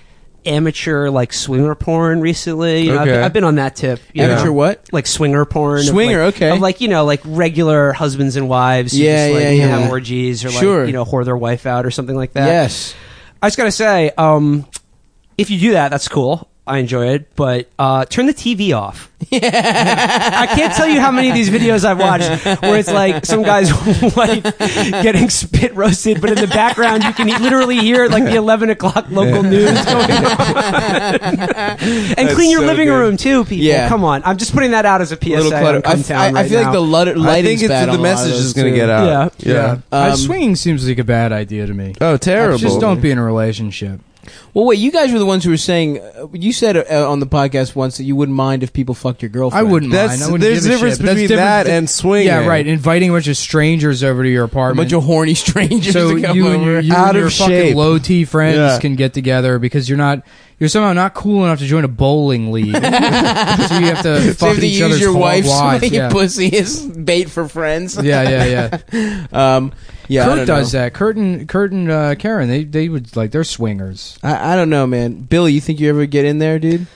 C: amateur like swinger porn recently. You know, I've,
B: Okay.
C: I've been on that tip. you
D: Amateur
C: know?
D: what?
C: Like swinger porn. of,
D: Swinger,
C: like-
D: okay.
C: Of like you know, like regular husbands and wives. who
D: Yeah,
C: just, like,
D: yeah,
C: you know,
D: yeah.
C: Have orgies or like
D: Sure.
C: you know, whore their wife out or something like that.
D: Yes.
C: I just gotta say, um, if you do that, that's cool. I enjoy it, but uh, turn the TV off. I can't tell you how many of these videos I've watched where it's like some guys like getting spit roasted, but in the background you can literally hear like the eleven o'clock local news going on. and clean your
B: so
C: living
B: good.
C: room too, people.
D: Yeah.
C: Come on, I'm just putting that out as a PSA.
B: Little
C: on
B: clutter.
D: I,
C: Come
D: f-
C: Town
D: I- I
C: right
D: feel
C: now.
D: like the lut-
B: I
D: lighting's
B: think it's
D: bad on
B: the
D: a lot of
B: message
D: those,
B: is going
D: too.
B: to get out.
A: Yeah. Uh,
D: Um,
A: swinging seems like a bad idea to me.
B: Oh, terrible.
A: Just don't be in a relationship.
D: Well, wait, you guys were the ones who were saying uh, you said uh, on the podcast once that you wouldn't mind if people fucked your girlfriend.
A: I wouldn't
B: That's-
A: mind. I wouldn't
B: there's
A: give a
B: difference
A: shit, but that's
B: between
A: different
B: that
A: th-
B: and swinging.
A: Yeah, right. Inviting a bunch of strangers over to your
D: A
A: apartment.
D: bunch of horny strangers
A: so
D: to come
A: you and
D: over.
A: your, you
B: Out
A: and your
B: of shape.
A: fucking low T friends
B: Yeah.
A: can get together because you're not you're somehow not cool enough to join a bowling league. so you have to
D: So you
A: fuck
D: have to
A: each
D: use
A: other's
D: your
A: fu-
D: wife's
A: wives. Yeah.
D: pussy as bait for friends.
A: yeah, yeah, yeah.
D: Um, yeah, I
A: Kurt
D: don't
A: does
D: know.
A: that. Kurt and Kurt and uh, Karen, they they would like they're swingers.
D: I, I don't know, man. Billy, you think you ever get in there, dude?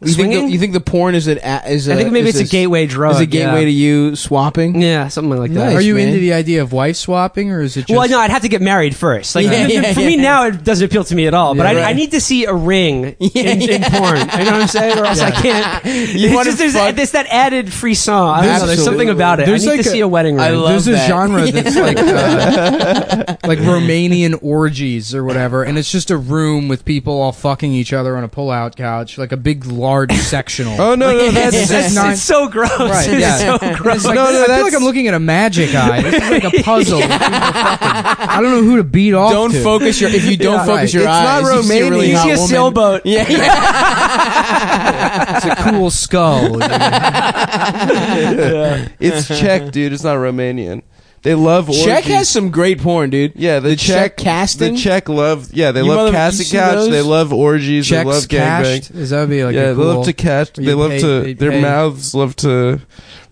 D: You think, the,
C: Swinging?
D: you think the porn is an a, is
C: I
D: a-
C: think maybe
D: is
C: it's a gateway drug.
D: Is a gateway
C: yeah.
D: to you swapping?
C: Yeah, something like that.
A: Are
D: Nice,
A: you
D: man.
A: into the idea of wife swapping, or is it just
C: well, no, I'd have to get married first. Like
D: Yeah, yeah,
C: for
D: yeah.
C: me now, it doesn't appeal to me at all. but
A: Yeah,
C: I, I
A: right.
C: need to see a ring in, in porn. You know what I'm saying? Or else I can't. it's
D: wanna
C: just, there's,
D: fuck-
C: there's that added frisson. I don't know, there's something
D: Absolutely.
C: about it.
A: There's
C: I need
A: like
C: to
A: a-
C: see a wedding ring.
D: I love-
A: There's a
D: that.
A: genre that's like uh, like Romanian orgies or whatever, and it's just a room with people all fucking each other on a pull-out couch, like a big, large sectional.
B: Oh no, no, that's
C: it's, it's,
A: not-
C: it's so gross.
A: Right,
C: It's
A: yeah.
C: so
A: And it's
C: gross.
A: like,
B: No, no,
A: I feel
B: that's-
A: like I'm looking at a magic eye. This is like a puzzle. I don't know who to beat off.
D: Don't
A: to.
D: focus your if you don't
A: Yeah,
D: focus
A: right.
D: your
B: It's
D: eyes.
B: not
D: you see a
B: Romanian.
D: really
B: You
D: hot
C: see a
D: woman.
C: sailboat.
D: Yeah, yeah.
A: It's a cool skull.
B: it's Czech, dude. It's not Romanian. They love orgies.
D: Czech has some great porn, dude.
B: yeah, the,
D: Czech
B: Czech,
D: casting?
B: The Czech love. Yeah, they
D: You
B: love
D: mother-
B: casting
D: you see
B: couch.
D: those?
B: They love orgies.
A: Checks
B: they love
A: cashed.
B: gangbangs.
A: Is that be like
B: yeah,
A: a
B: they
A: cool-
B: love to cash.
A: you
B: They love
A: pay-
B: to.
A: they
B: their
A: pay.
B: mouths love to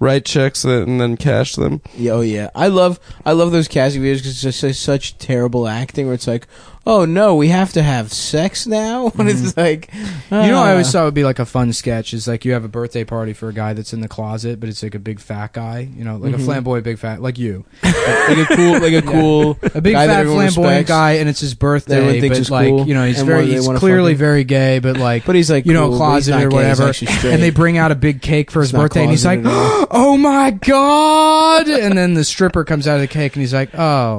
B: write checks and then cash them.
D: Yeah, oh yeah, I love I love those casting videos because it's just like, such terrible acting where it's like, oh no, we have to have sex now. When
A: Mm-hmm.
D: it's like,
A: You know,
D: ah.
A: what I always thought would be like a fun sketch is like you have a birthday party for a guy that's in the closet, but it's like a big fat guy, you know, like
D: Mm-hmm.
A: a flamboyant big fat, like you,
D: like a cool like a cool
A: a big
D: guy that
A: fat
D: everyone
A: flamboyant
D: respects,
A: guy, and it's his
D: everyone
A: birthday,
D: thinks
A: but
D: is
A: like
D: cool,
A: you know, he's
D: and
A: very,
D: whether they
A: he's
D: wanna
A: clearly
D: fuck him.
A: very gay, but like,
D: But he's like
A: you know,
D: cool, but he's
A: closeted
D: not
A: or
D: gay, he's
A: whatever,
D: actually straight.
A: and they bring out a big cake for
D: He's
A: his
D: not
A: birthday, and he's like,
D: closeted at all.
A: oh my god, and then the stripper comes out of the cake, and he's like, oh.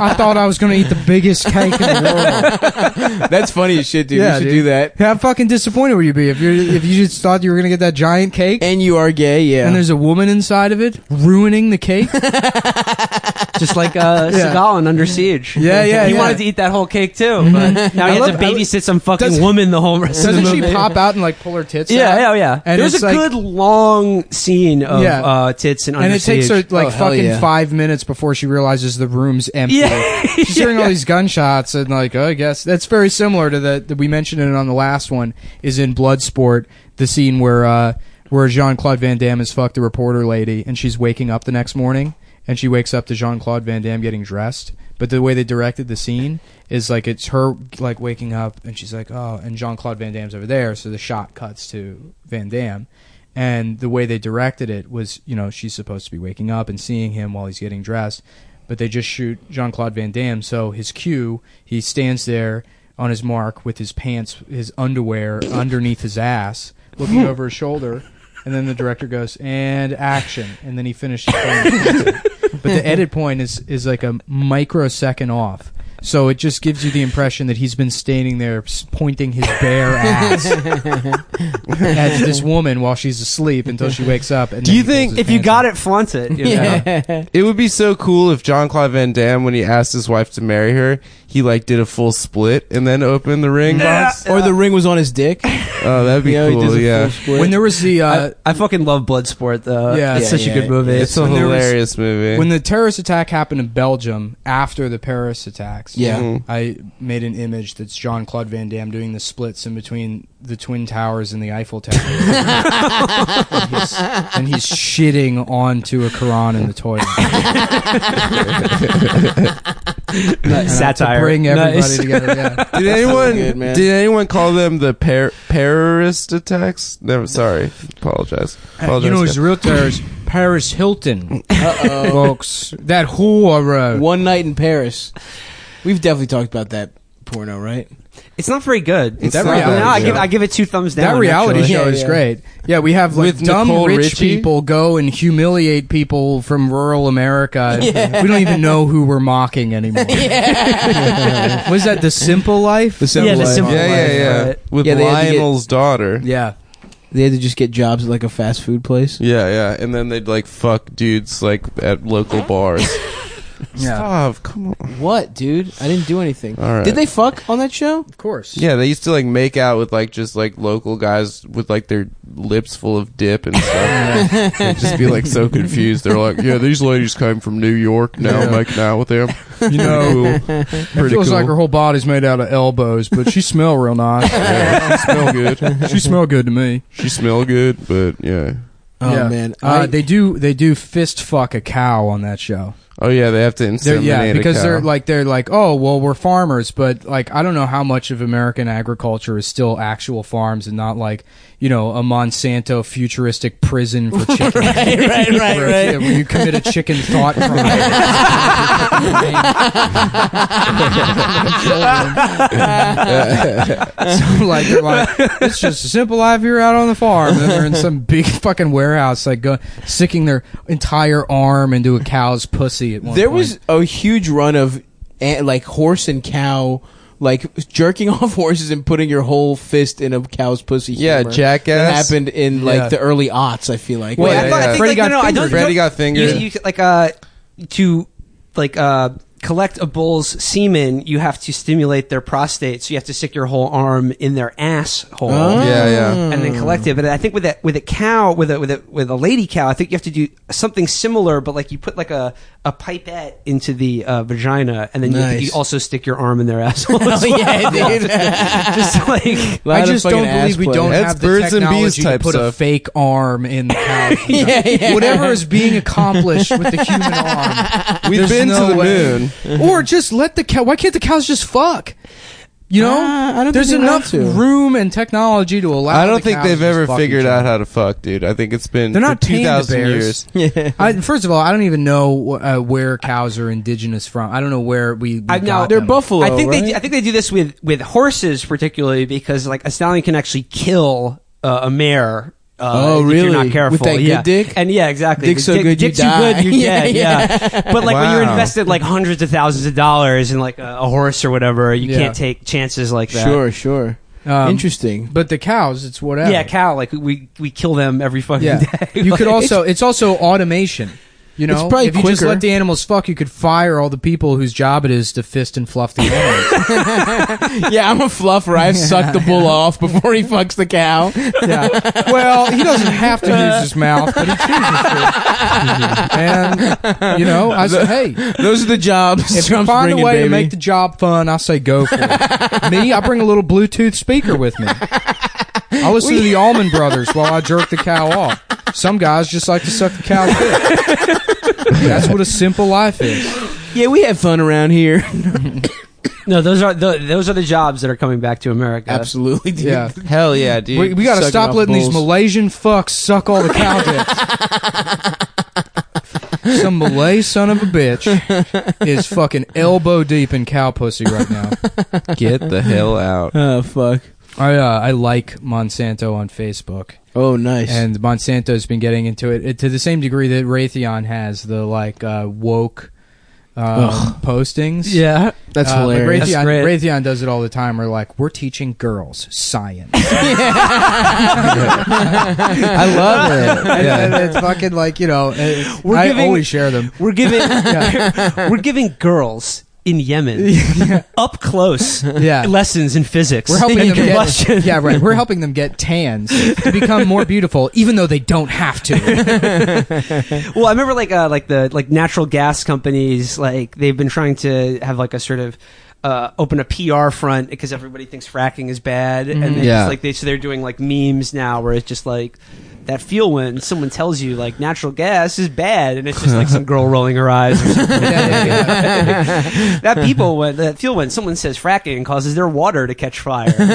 A: I thought I was going to eat the biggest cake in the world.
D: That's funny as shit, dude.
A: Yeah,
D: you should
A: dude.
D: do that.
A: How fucking disappointed would you be if you if you just thought you were gonna get that giant cake
D: And you are gay, yeah.
A: and there's a woman inside of it ruining the cake?
C: Just like uh,
A: Yeah.
C: Seagal in Under Siege.
A: Yeah, yeah,
C: He
A: yeah. Mm-hmm.
C: wanted to eat that whole cake too, but now
A: I
C: he
A: love-
C: had to
A: I love-
C: babysit some fucking
A: Doesn't-
C: woman the whole rest of the
A: Doesn't she
C: movie.
A: pop out and like pull her tits?
C: Yeah,
A: out?
C: yeah, oh, yeah.
A: And
C: There's
A: it's
C: a
A: like-
C: good long scene of
A: Yeah.
C: uh, tits and
A: And it takes her like
D: Oh, hell
A: fucking
D: yeah.
A: five minutes before she realizes the room's empty.
C: Yeah.
A: She's hearing all these gunshots and like, oh, I guess that's very similar to the that we mentioned it on the last one is in Bloodsport, the scene where uh, where Jean Claude Van Damme has fucked the reporter lady and she's waking up the next morning and she wakes up to Jean Claude Van Damme getting dressed. But the way they directed the scene is like it's her like waking up and she's like, oh, and Jean Claude Van Damme's over there, so the shot cuts to Van Damme and the way they directed it was you know she's supposed to be waking up and seeing him while he's getting dressed but they just shoot jean-claude van damme so his cue he stands there on his mark with his pants his underwear underneath his ass looking over his shoulder and then the director goes and action and then he finishes but the edit point is is like a microsecond off so it just gives you the impression that he's been standing there s- pointing his bare ass at this woman while she's asleep until she wakes up. And
B: Do
A: then
B: you
A: he pulls
B: think-
A: his
C: if you
A: pants
C: got
A: up.
C: it, flaunt it. you know?
A: Yeah.
B: It would be so cool if John Claude Van Damme, when he asked his wife to marry her, he like did a full split and then opened the ring box.
D: or the ring was on his dick.
B: Oh, that'd be
D: You know, he does
B: cool.
D: a
B: Yeah,
D: full split.
A: when there was the uh,
C: I, I fucking love Bloodsport though.
A: Yeah.
C: it's
A: Yeah,
C: such
D: yeah.
C: a good movie.
B: it's a
A: When there was-
B: hilarious movie.
A: when the terrorist attack happened in Belgium after the Paris attacks.
D: Yeah.
B: Mhm.
A: I made an image that's John Claude Van Damme doing the splits in between the Twin Towers and the Eiffel Tower, and, he's, and he's shitting onto a Quran in the toilet. And I have to
C: satire.
A: bring everybody
C: Nice.
A: together. Yeah.
B: did anyone
D: good, man.
B: did anyone call them the par- terrorist attacks? Never. Sorry, apologize. apologize
A: Uh, you know,
B: guys.
A: his real terrorist, Paris Hilton, folks. That whore.
D: One night in Paris. We've definitely talked about that porno, right?
C: It's not very good.
B: It's
A: That
B: not
A: reality
B: that
C: no, I
B: show.
C: give I give it two thumbs down.
A: that reality
C: actually.
A: show
D: Yeah,
A: is
D: yeah.
A: great. Yeah, we have like
B: With
A: dumb
B: Nicole
A: rich
B: Richie?
A: people go and humiliate people from rural America. We don't even know who we're mocking anymore. Was that the simple life?
D: The Simple
C: Yeah, the
D: Life.
C: Simple
B: yeah, yeah, yeah.
C: Right.
B: With
D: Yeah, they had to get-
B: Lionel's daughter.
A: yeah.
D: They had to just get jobs at like a fast food place.
B: Yeah, yeah. And then they'd like fuck dudes like at local bars.
A: Yeah.
B: Stop, come on.
D: What, dude? I didn't do anything.
B: All right.
D: Did they fuck on that show?
A: Of course.
B: Yeah, they used to like make out with like just like local guys with like their lips full of dip and stuff. They'd just be like so confused. They're like, yeah, these ladies came from New York. Now
A: Yeah. Oh,
B: I'm making out with them.
A: You know,
B: Cool.
A: it
B: Pretty
A: feels
B: cool.
A: like her whole body's made out of elbows, but she smell real nice.
B: Yeah, she smell good.
A: she smell good to me.
B: She smell good, but yeah.
D: Oh
A: Yeah.
D: man,
A: Uh,
D: I-
A: they do they do fist fuck a cow on that show.
B: Oh yeah, they have to inseminate
A: They're, yeah,
B: a
A: because
B: cow.
A: they're like they're like, oh well, we're farmers, but like I don't know how much of American agriculture is still actual farms and not like you know a Monsanto futuristic prison for chickens.
D: right, right, right,
A: where,
D: right.
A: yeah, where you commit a chicken thought crime. so like they're like, it's just a simple life here out on the farm. And then they're in some big fucking warehouse, like go, sticking their entire arm into a cow's pussy at one
D: there
A: point.
D: was a huge run of eh, like horse and cow, like jerking off horses and putting your whole fist in a cow's pussy.
B: Yeah,
D: humor.
B: Jackass.
D: That happened in like
A: Yeah.
D: the early aughts. I feel like.
C: Wait,
B: Yeah,
C: I thought,
B: yeah.
C: I think
A: Freddy
C: like, no,
A: got
C: no, I don't.
B: fingered. Freddy
C: you
B: got fingered.
C: You, you- like uh, to like uh, collect a bull's semen, you have to stimulate their prostate, so you have to stick your whole arm in their asshole.
D: Oh.
B: Yeah, yeah.
C: And then collect it, but I think with a with a cow, with a with a with a lady cow, I think you have to do something similar, but like you put like a, a pipette into the uh, vagina, and then you-
D: Nice.
C: you, also stick your arm in their asshole.
D: Oh,
C: as
D: yeah,
C: well.
D: dude.
C: just like
A: I just don't believe we don't
B: That's
A: have the
B: birds and bees
A: technology
B: type
A: to put a
B: stuff.
A: fake arm in the cow.
D: Yeah, yeah.
A: Whatever is being accomplished with the human arm,
B: We've
A: there's
B: been
A: no
B: to the
A: way.
B: moon.
A: or just let the cow. Why can't the cows just fuck? You know,
D: Uh, I don't think
A: there's
D: they want
A: enough
D: to.
A: room and technology to allow.
B: I don't
A: the
B: think
A: cows
B: they've
A: to just
B: ever
A: fuck
B: figured
A: each other.
B: out how to fuck, dude. I think it's been
A: They're not
B: for two
A: paying the
B: thousand
A: bears.
B: years.
A: I, first of all, I don't even know uh, where cows are indigenous from. I don't know where we. we
C: I know
A: got
D: They're
A: them.
D: buffalo.
C: I think
D: right?
C: they do, I think they do this with with horses particularly because like a stallion can actually kill uh, a mare. Uh,
D: Oh,
C: If
D: really?
C: you're not
D: With
C: careful.
D: that good
C: yeah.
D: dick?
C: And yeah, exactly.
D: Dick's so
C: dick,
D: good you
C: dick too
D: die.
C: good, you're
D: Yeah,
C: dead. Yeah. But like when you're
B: Wow.
C: invested like hundreds of thousands of dollars in like a, a horse or whatever, you
A: Yeah.
C: can't take chances like that.
D: Sure, sure.
A: Um,
D: Interesting.
A: but the cows, it's whatever.
C: Yeah, cow. Like we we kill them every fucking
A: Yeah.
C: day.
A: You could
C: Like-
A: also it's also automation. You know,
D: It's probably
A: if you just
D: quicker.
A: let the animals fuck, you could fire all the people whose job it is to fist and fluff the animals.
D: yeah, I'm a fluffer. I've sucked the bull off before he fucks the cow.
A: yeah. Well, he doesn't have to use his mouth, but he chooses to. and you know, I said, hey,
D: Those are the jobs.
A: if you
D: Trump's
A: find
D: bringing,
A: a way
D: baby.
A: to make the job fun, I say go for it. me, I bring a little Bluetooth speaker with me. I listen to the Allman Brothers while I jerk the cow off. Some guys just like to suck the cow's dick. That's what a simple life is.
D: yeah, we have fun around here.
C: no. Those are the, those are the jobs that are coming back to America.
D: Absolutely, dude.
A: Yeah.
B: Hell yeah, dude.
A: We, we got to
D: sucking
A: stop
D: off
A: letting these
D: bulls.
A: Malaysian fucks suck all the cow dicks. Some Malay son of a bitch is fucking elbow deep in cow pussy right now.
B: Get the hell out.
D: Oh fuck.
A: I uh, I like Monsanto on Facebook,
D: Oh nice.
A: and Monsanto's been getting into it, it to the same degree that Raytheon has the like uh, woke um, postings.
C: Yeah.
D: that's
A: Uh, but
D: hilarious.
A: Raytheon,
C: That's great.
A: Raytheon does it all the time. We're like, we're teaching girls science.
B: I love it.
A: And- and
B: Yeah.
A: it's fucking like you know. It,
C: We're
A: I
C: giving-
A: always share them.
C: We're giving we're giving girls in Yemen up close
A: Yeah.
C: lessons in physics.
A: We're helping
C: and
A: them
C: combustion.
A: get, yeah, right. We're helping them get tans to become more beautiful, even though they don't have to.
C: Well, I remember like uh, like the like natural gas companies like they've been trying to have like a sort of uh, open a PR front because
A: Mm-hmm.
C: everybody thinks fracking is bad, and they
B: Yeah.
C: just like they so they're doing like memes now where it's just like that feel when someone tells you like natural gas is bad, and it's just like some girl rolling her eyes. Or something. that people when that feel when someone says fracking causes their water to catch fire.
D: yeah.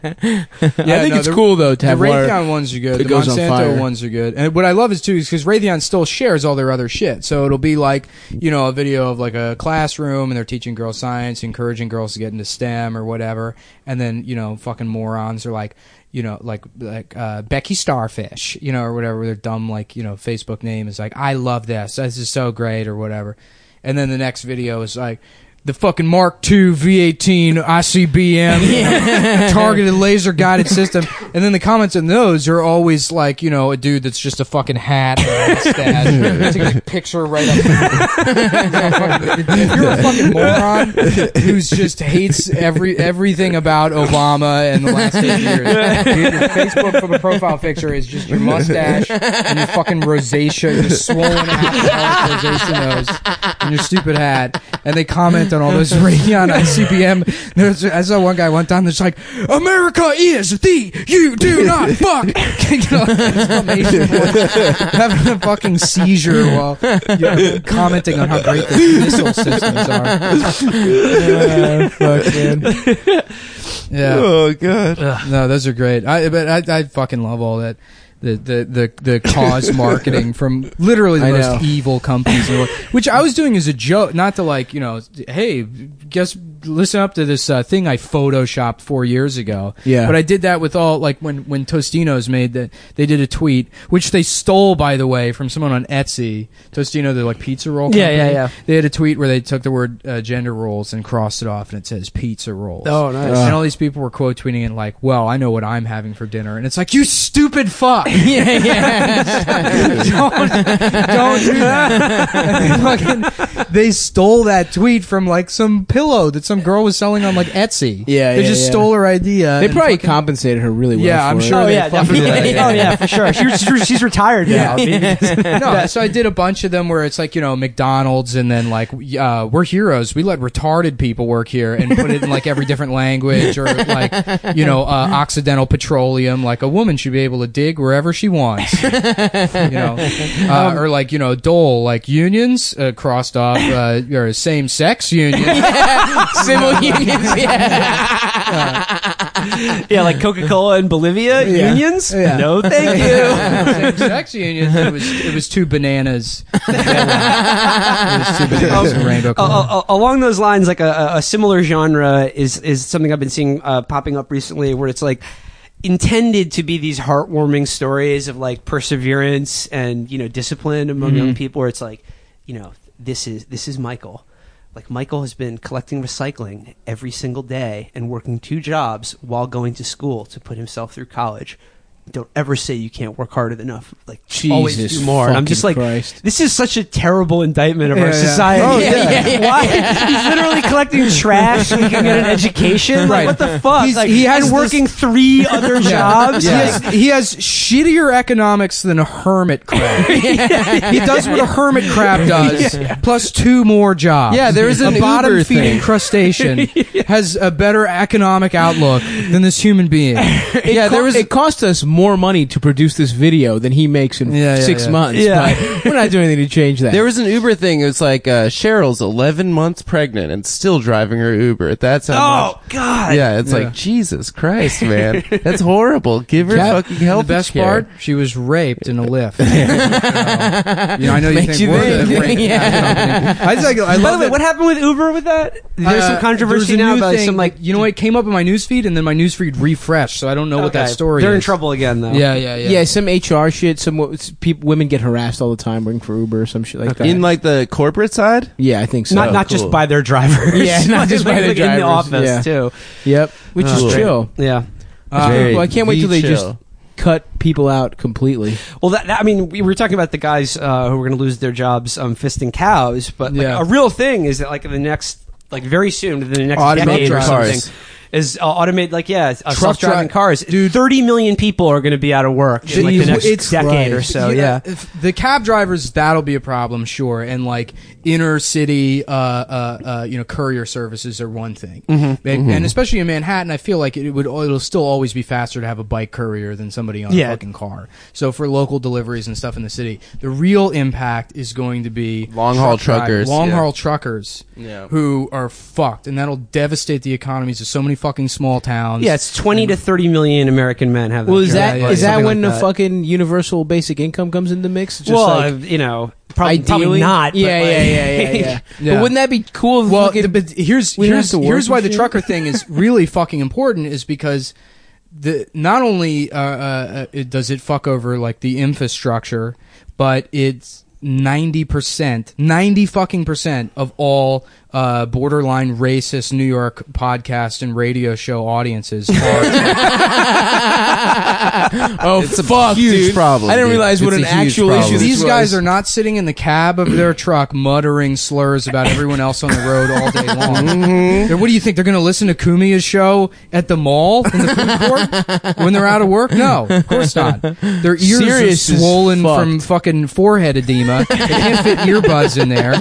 D: I think
A: no,
D: it's
A: the-
D: cool though
A: The
D: to have water.
A: Raytheon ones are good.
D: It
A: The
D: goes on
A: Monsanto
D: fire.
A: ones are good. And what I love is too is because Raytheon still shares all their other shit. So it'll be like you know a video of like a classroom and they're teaching girls science, encouraging girls to get into STEM or whatever. And then you know fucking morons are like you know like like uh, Becky Starfish, you know or whatever. Their dumb like you know Facebook name is like I love this. This is so great or whatever. And then the next video is like. The fucking Mark II V18 ICBM targeted laser guided system. And then the comments on those are always like, you know, a dude that's just a fucking hat or a mustache. Take a picture right up. if you're a fucking moron who's just hates every everything about Obama and the last eight years, dude, your Facebook for the profile picture is just your mustache and your fucking rosacea, your swollen half rosacea nose and your stupid hat, and they comment on all those Raytheon on CPM. There's, I saw one guy one time that's like, "America is the you do not fuck." You know, exclamation point. having a fucking seizure while you know, commenting on how great the missile systems are. Yeah,
B: Oh god.
D: Uh,
A: no, those are great. I but I, I fucking love all that. The, the, the, the cause marketing from literally the
D: I
A: most
D: know.
A: evil companies in the world, which I was doing as a joke, not to like, you know, hey, guess, listen up to this uh, thing I photoshopped four years ago.
D: Yeah.
A: But I did that with all, like when, when Tostino's made that, they did a tweet, which they stole, by the way, from someone on Etsy. Tostino, they're like pizza roll
C: Yeah,
A: company.
C: yeah, yeah.
A: They had a tweet where they took the word uh, gender roles and crossed it off and it says pizza rolls.
D: Oh, nice.
A: And all these people were quote tweeting and like, "Well, I know what I'm having for dinner," and it's like, "You stupid fuck! don't,
D: yeah, yeah.
A: don't do that!" And they, fucking, they stole that tweet from like some pillow that some girl was selling on like Etsy.
D: Yeah,
A: they
D: yeah,
A: just
D: yeah.
A: stole her idea.
D: They
A: and
D: probably
A: fucking-
D: compensated her really well.
A: Yeah, I'm
D: for it.
A: sure.
C: Oh
A: they
C: yeah,
A: fucking
C: definitely.
A: did.
C: Oh yeah, for sure. She's, she's retired now.
A: no, so I did a bunch of them where it's like you know McDonald's and then like we- uh, we're heroes. We let retarded people work here and put it in like every different language or like you know uh, Occidental Petroleum. Like a woman should be able to dig wherever she wants, you know, uh,
D: Um,
A: or like you know Dole like unions uh, crossed off uh, or same sex union.
D: Civil unions. Yeah.
C: Yeah, like Coca Cola and Bolivia
D: Yeah.
C: unions.
D: Yeah.
C: No, thank you.
A: same sex unions. It was it was two bananas. it was two bananas and rainbow.
C: A-
A: Color.
C: a- a- along those lines, like a, a- a similar genre is is something I've been seeing uh, popping up recently, where it's like intended to be these heartwarming stories of like perseverance and you know discipline among young
D: Mm-hmm.
C: people, where it's like, you know, this is this is Michael. Like Michael has been collecting recycling every single day and working two jobs while going to school to put himself through college. Don't ever say you can't work hard enough. Like always
D: Jesus
C: do more. And I'm just like,
D: fucking Christ.
C: this is such a terrible indictment of our
A: yeah.
C: society.
A: Oh,
D: yeah. Yeah, yeah,
C: Why? He's literally collecting trash so he can get an education.
A: Right.
C: Like, what the fuck?
A: He's-
C: like,
A: he has this-
C: and working three other jobs.
A: He,
C: Like,
A: has, he has shittier economics than a hermit crab. he does what a hermit crab does, plus two more jobs.
B: Yeah, there is an
A: a bottom
B: Uber
A: feeding
B: thing.
A: crustacean has a better economic outlook than this human being.
D: yeah, there was. It cost us more money to produce this video than he makes in
A: Yeah, yeah,
D: six
A: yeah.
D: months.
C: Yeah.
D: but we're not doing anything to change that.
B: There was an Uber thing. It was like uh, Cheryl's 11 months pregnant and still driving her Uber. That's how
C: oh God.
B: much. Yeah, it's
A: Yeah.
B: like Jesus Christ, man. That's horrible. Give her
A: Cap-
B: fucking help.
A: the best part, she was raped in a lift. So, you know, I know you
D: Makes
A: think
D: you
A: we're the
D: think.
A: rape
D: Yeah.
A: company. I, just like- I
C: By the
A: love
C: way,
A: that-
C: what happened with Uber with that? There's
A: Uh,
C: some controversy
A: there was a
C: now
A: new
C: about
A: thing-
C: some like.
A: you know, it came up in my newsfeed, and then my newsfeed refreshed, so I don't know what that
C: okay,
A: story.
C: They're in
A: is.
C: trouble again though.
A: Yeah, yeah, yeah.
D: yeah. some HR shit. Some wo- s- peop women get harassed all the time working for Uber or some shit like that.
B: In like the corporate side?
D: yeah, I think so.
A: Oh,
C: Not not just
B: cool.
C: by their drivers.
D: Yeah, not just by
C: Like,
D: their
C: like, In the
D: drivers,
C: office
D: yeah.
C: too.
D: Yep, which
C: Cool.
D: is chill.
C: Yeah.
A: Uh,
B: Very
D: Oh, well, I can't wait till they just
B: chill.
D: cut people out completely.
C: Well, that, that- I mean, we were talking about the guys uh, who were going to lose their jobs um, fisting cows, but like,
A: Yeah.
C: a real thing is that like in the next, like very soon, within the next decade
B: Automated
C: or
B: cars.
C: something, is uh, automated. Like yeah, uh,
A: Truck
C: self-driving
A: dri-
C: cars.
A: dude.
C: Thirty million people are going to be out of work in like the
A: Jesus
C: next decade or
A: Christ.
C: so. Yeah.
A: if the cab drivers that'll be a problem, sure, and like inner city, uh, uh, uh, you know, courier services are one thing,
B: Mm-hmm,
A: and, and especially in Manhattan, I feel like it would it'll still always be faster to have a bike courier than somebody on
C: Yeah.
A: a fucking car. So for local deliveries and stuff in the city, the real impact is going to be
B: Long-haul
A: truck drive-
B: truckers,
A: long
B: yeah.
A: haul truckers,
B: Yeah.
A: who are fucked, and that'll devastate the economies of so many fucking small towns.
C: Yeah, it's twenty to thirty million American men have.
D: Well, is
A: Yeah,
D: that
A: yeah,
D: is
A: yeah.
D: that
A: Something
D: when
C: like
D: the
C: that.
D: fucking universal basic income comes into the mix? Just
C: well,
D: like,
C: uh, you know, probably, probably
D: ideally?
C: not. but,
D: Yeah,
C: like-
D: yeah, yeah, yeah, yeah.
A: Yeah.
D: But wouldn't that be cool? If
A: Well,
D: fucking-
A: the, but here's
D: we don't
A: here's,
D: have to work
A: here's why
D: and
A: the
D: shit?
A: trucker thing is really fucking important is because the not only uh, uh, it, does it fuck over like the infrastructure, but it's ninety percent, ninety fucking percent of all uh, borderline racist New York podcast and radio show audiences are
D: oh
B: It's a
D: fuck,
B: huge
D: dude.
B: problem,
D: I didn't
B: dude.
D: realize what
B: It's
D: an
B: a huge
D: actual
B: problem.
D: issue.
A: These
D: this
A: guys
D: was.
A: are not sitting in the cab of their truck muttering slurs about everyone else on the road all day long.
B: Mm-hmm.
A: They're- What do you think? They're going to listen to Kumia's show at the mall in the food court when they're out of work? No, of course not. Their ears
D: Serious
A: are
D: is
A: swollen
D: fucked.
A: from fucking forehead edema. They can't fit earbuds in there.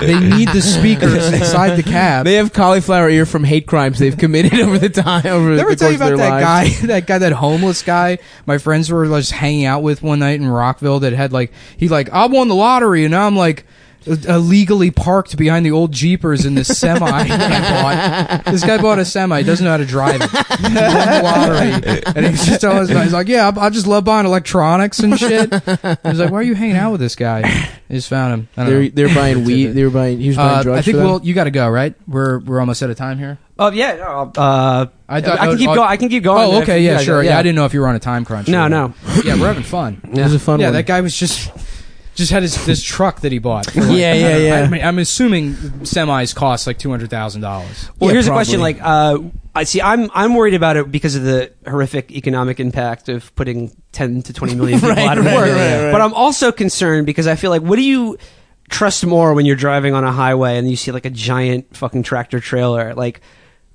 A: they need the speakers inside the cab.
D: They have cauliflower ear from hate crimes they've committed over the time. Over
A: Did I
D: the
A: ever
D: course
A: tell you
D: of their
A: about that
D: lives.
A: guy, that guy, that homeless guy? My friends were like, just hanging out with one night in Rockville. That had like, he like, I won the lottery, and now I'm like. uh, Illegally parked behind the old jeepers in this semi that I bought. This guy bought a semi. He doesn't know how to drive it. He won the lottery, and he's just telling us about. it. He's like, "Yeah, I, I just love buying electronics and shit." I was like, "Why are you hanging out with this guy?" I just found him. I don't know.
D: They're, they're buying weed.
A: it.
D: They were buying. He was buying
A: Uh,
D: drugs.
A: I think
D: for them.
A: we'll. You got to go, right? We're we're almost out of time here.
C: Oh yeah. no, Uh, I,
A: I thought-
C: can keep
A: oh,
C: going. I can keep going.
A: Oh,
C: if
A: okay,
C: you
A: yeah,
C: guys-
A: sure. Yeah. I didn't know if you were on a time crunch.
C: No,
A: or-
C: no.
A: Yeah, we're having fun.
D: It was a fun
A: yeah,
D: one.
A: that guy was just just had his this truck that he bought. for, like,
D: Yeah,
A: I
D: yeah,
A: don't know,
D: yeah.
A: I mean, I'm assuming semis cost like two hundred thousand dollars.
C: Well,
D: Yeah,
C: here's
D: probably.
C: a question. Like, uh, I see. I'm I'm worried about it because of the horrific economic impact of putting 10 to 20 million people
D: Right,
C: out of
D: right,
C: work.
D: right, right.
C: But I'm also concerned because I feel like, what do you trust more when you're driving on a highway and you see like a giant fucking tractor trailer, like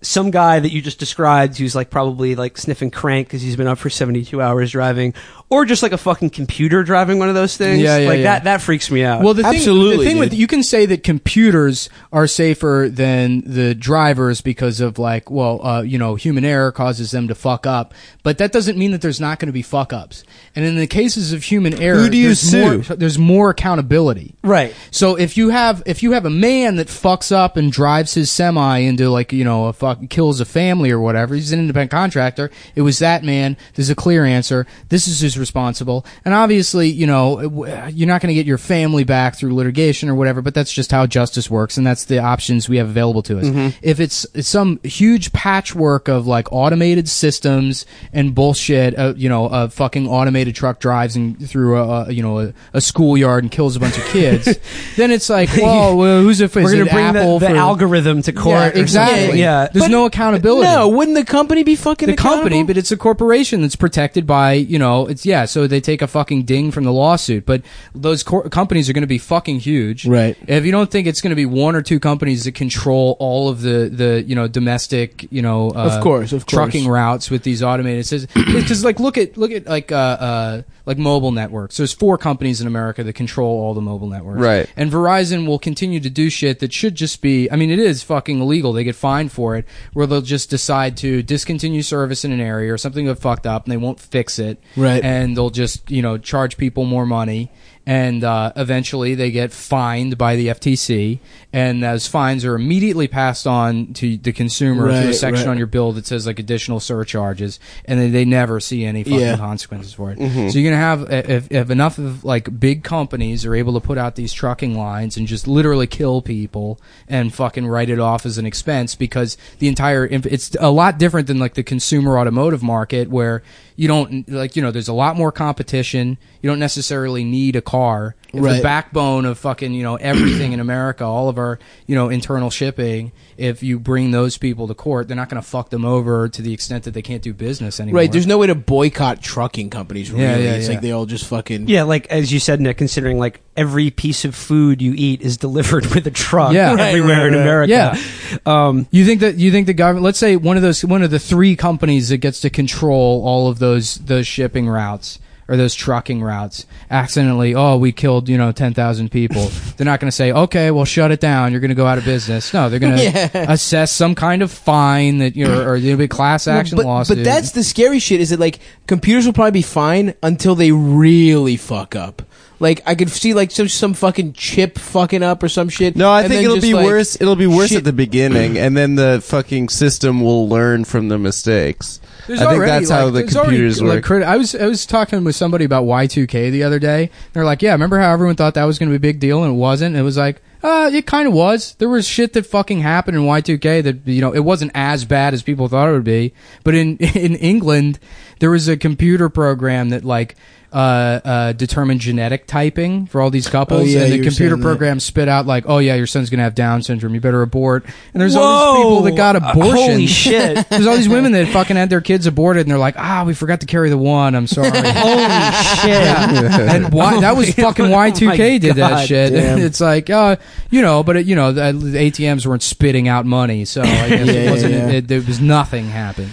C: some guy that you just described who's like probably like sniffing crank because he's been up for 72 hours driving, or just like a fucking computer driving one of those things?
A: Yeah, yeah,
C: like
A: yeah.
C: that that freaks me out.
A: Well, the thing,
D: Uh, Absolutely,
A: the thing with
D: dude.
A: you can say that computers are safer than the drivers because of like, well, uh, you know, human error causes them to fuck up, but that doesn't mean that there's not going to be fuck ups. And in the cases of human error,
B: do you
A: there's
B: sue?
A: More, there's more accountability,
C: Right.
A: So if you have if you have a man that fucks up and drives his semi into like you know a fuck kills a family or whatever, he's an independent contractor. It was that man. There's a clear answer. This is who's responsible. And obviously, you know, w- you're not going to get your family back through litigation or whatever. But that's just how justice works, and that's the options we have available to us.
C: Mm-hmm.
A: If it's, it's some huge patchwork of like automated systems and bullshit, uh, you know, a fucking automated truck drives and through a, a you know a, a schoolyard and kills a bunch of kids, then it's like, well, well, who's it? for? Is
C: We're
A: it
C: going to bring
A: Apple
C: the, the
A: for-
C: algorithm to court.
A: Yeah,
C: or something.
A: exactly.
C: Yeah.
A: There's
D: But-
A: no accountability.
D: No, wouldn't the company be fucking
A: The company,
D: accountable?
A: but it's a corporation that's protected by, you know, it's yeah. So they take a fucking ding from the lawsuit, but those cor- companies are going to be fucking huge,
D: Right.
A: If you don't think it's going to be one or two companies that control all of the the you know domestic, you know, uh,
D: Of course, of course.
A: trucking routes with these automated systems, because like look at look at like uh, uh like mobile networks. There's four companies in America that control all the mobile networks,
B: Right.
A: and Verizon will continue to do shit that should just be, I mean, it is fucking illegal. They get fined for it, where they'll just decide to discontinue service in an area or something got fucked up and they won't fix it.
D: Right.
A: And they'll just, you know, charge people more money. And uh, eventually they get fined by the FTC. And those fines are immediately passed on to the consumer through a
D: Right,
A: section
D: right.
A: on your bill that says like additional surcharges. And then they never see any fucking
D: Yeah.
A: consequences for it.
D: Mm-hmm.
A: So you're gonna have if, if enough of like big companies are able to put out these trucking lines and just literally kill people and fucking write it off as an expense because the entire inf- it's a lot different than like the consumer automotive market where you don't like you know there's a lot more competition. You don't necessarily need a car.
D: Right.
A: the backbone of fucking you know everything in America, all of our you know internal shipping. If you bring those people to court, they're not going to fuck them over to the extent that they can't do business anymore.
D: Right, there's no way to boycott trucking companies. Really,
A: Yeah, yeah,
D: it's
A: yeah.
D: like they all just fucking
C: Yeah, like as you said, Nick. Considering like every piece of food you eat is delivered with a truck
A: Yeah. Right,
C: everywhere
A: right,
C: in
A: right.
C: America.
A: Yeah.
C: Um,
A: You think that you think the government? Let's say one of those one of the three companies that gets to control all of those those shipping routes or those trucking routes accidentally. Oh, we killed you know ten thousand people. they're not going to say okay, well shut it down. You're going to go out of business. No, they're going to assess some kind of fine that you know, or there'll be a class
D: Well,
A: action
D: but,
A: lawsuit.
D: But that's the scary shit. Is that like computers will probably be fine until they really fuck up. Like I could see like some some fucking chip fucking up or some shit.
B: No, I
D: and
B: think
D: then
B: it'll
D: just,
B: be
D: like-
B: worse. It'll be worse
D: shit-
B: at the beginning, and then the fucking system will learn from the mistakes. I think that's how
A: like,
B: the
A: there's already,
B: computers
A: like,
B: work.
A: crit- I was I was talking with somebody about Y2K the other day. They're like, yeah, remember how everyone thought that was going to be a big deal and it wasn't? It was like, uh, it kind of was. There was shit that fucking happened in Y2K that you know it wasn't as bad as people thought it would be. But in in England, there was a computer program that like. Uh, uh, determined genetic typing for all these couples,
D: Oh, yeah,
A: and
D: you
A: the
D: were
A: computer
D: saying that.
A: program spit out like, "Oh yeah, your son's gonna have Down syndrome. You better abort." And there's all these
C: Whoa!
A: people that got
C: Uh,
A: abortions.
C: holy shit.
A: There's all these women that fucking had their kids aborted, and they're like, "Ah, we forgot to carry the one. I'm sorry."
D: Oh
C: holy shit!
A: and why, that was fucking
C: my
A: Y2K did
C: God,
A: that shit.
D: Oh damn.
A: It's like, uh, you know, but it, you know, the, the ATMs weren't spitting out money, so I guess
D: Yeah,
A: it wasn't.
D: yeah, yeah.
A: It, there was nothing happened.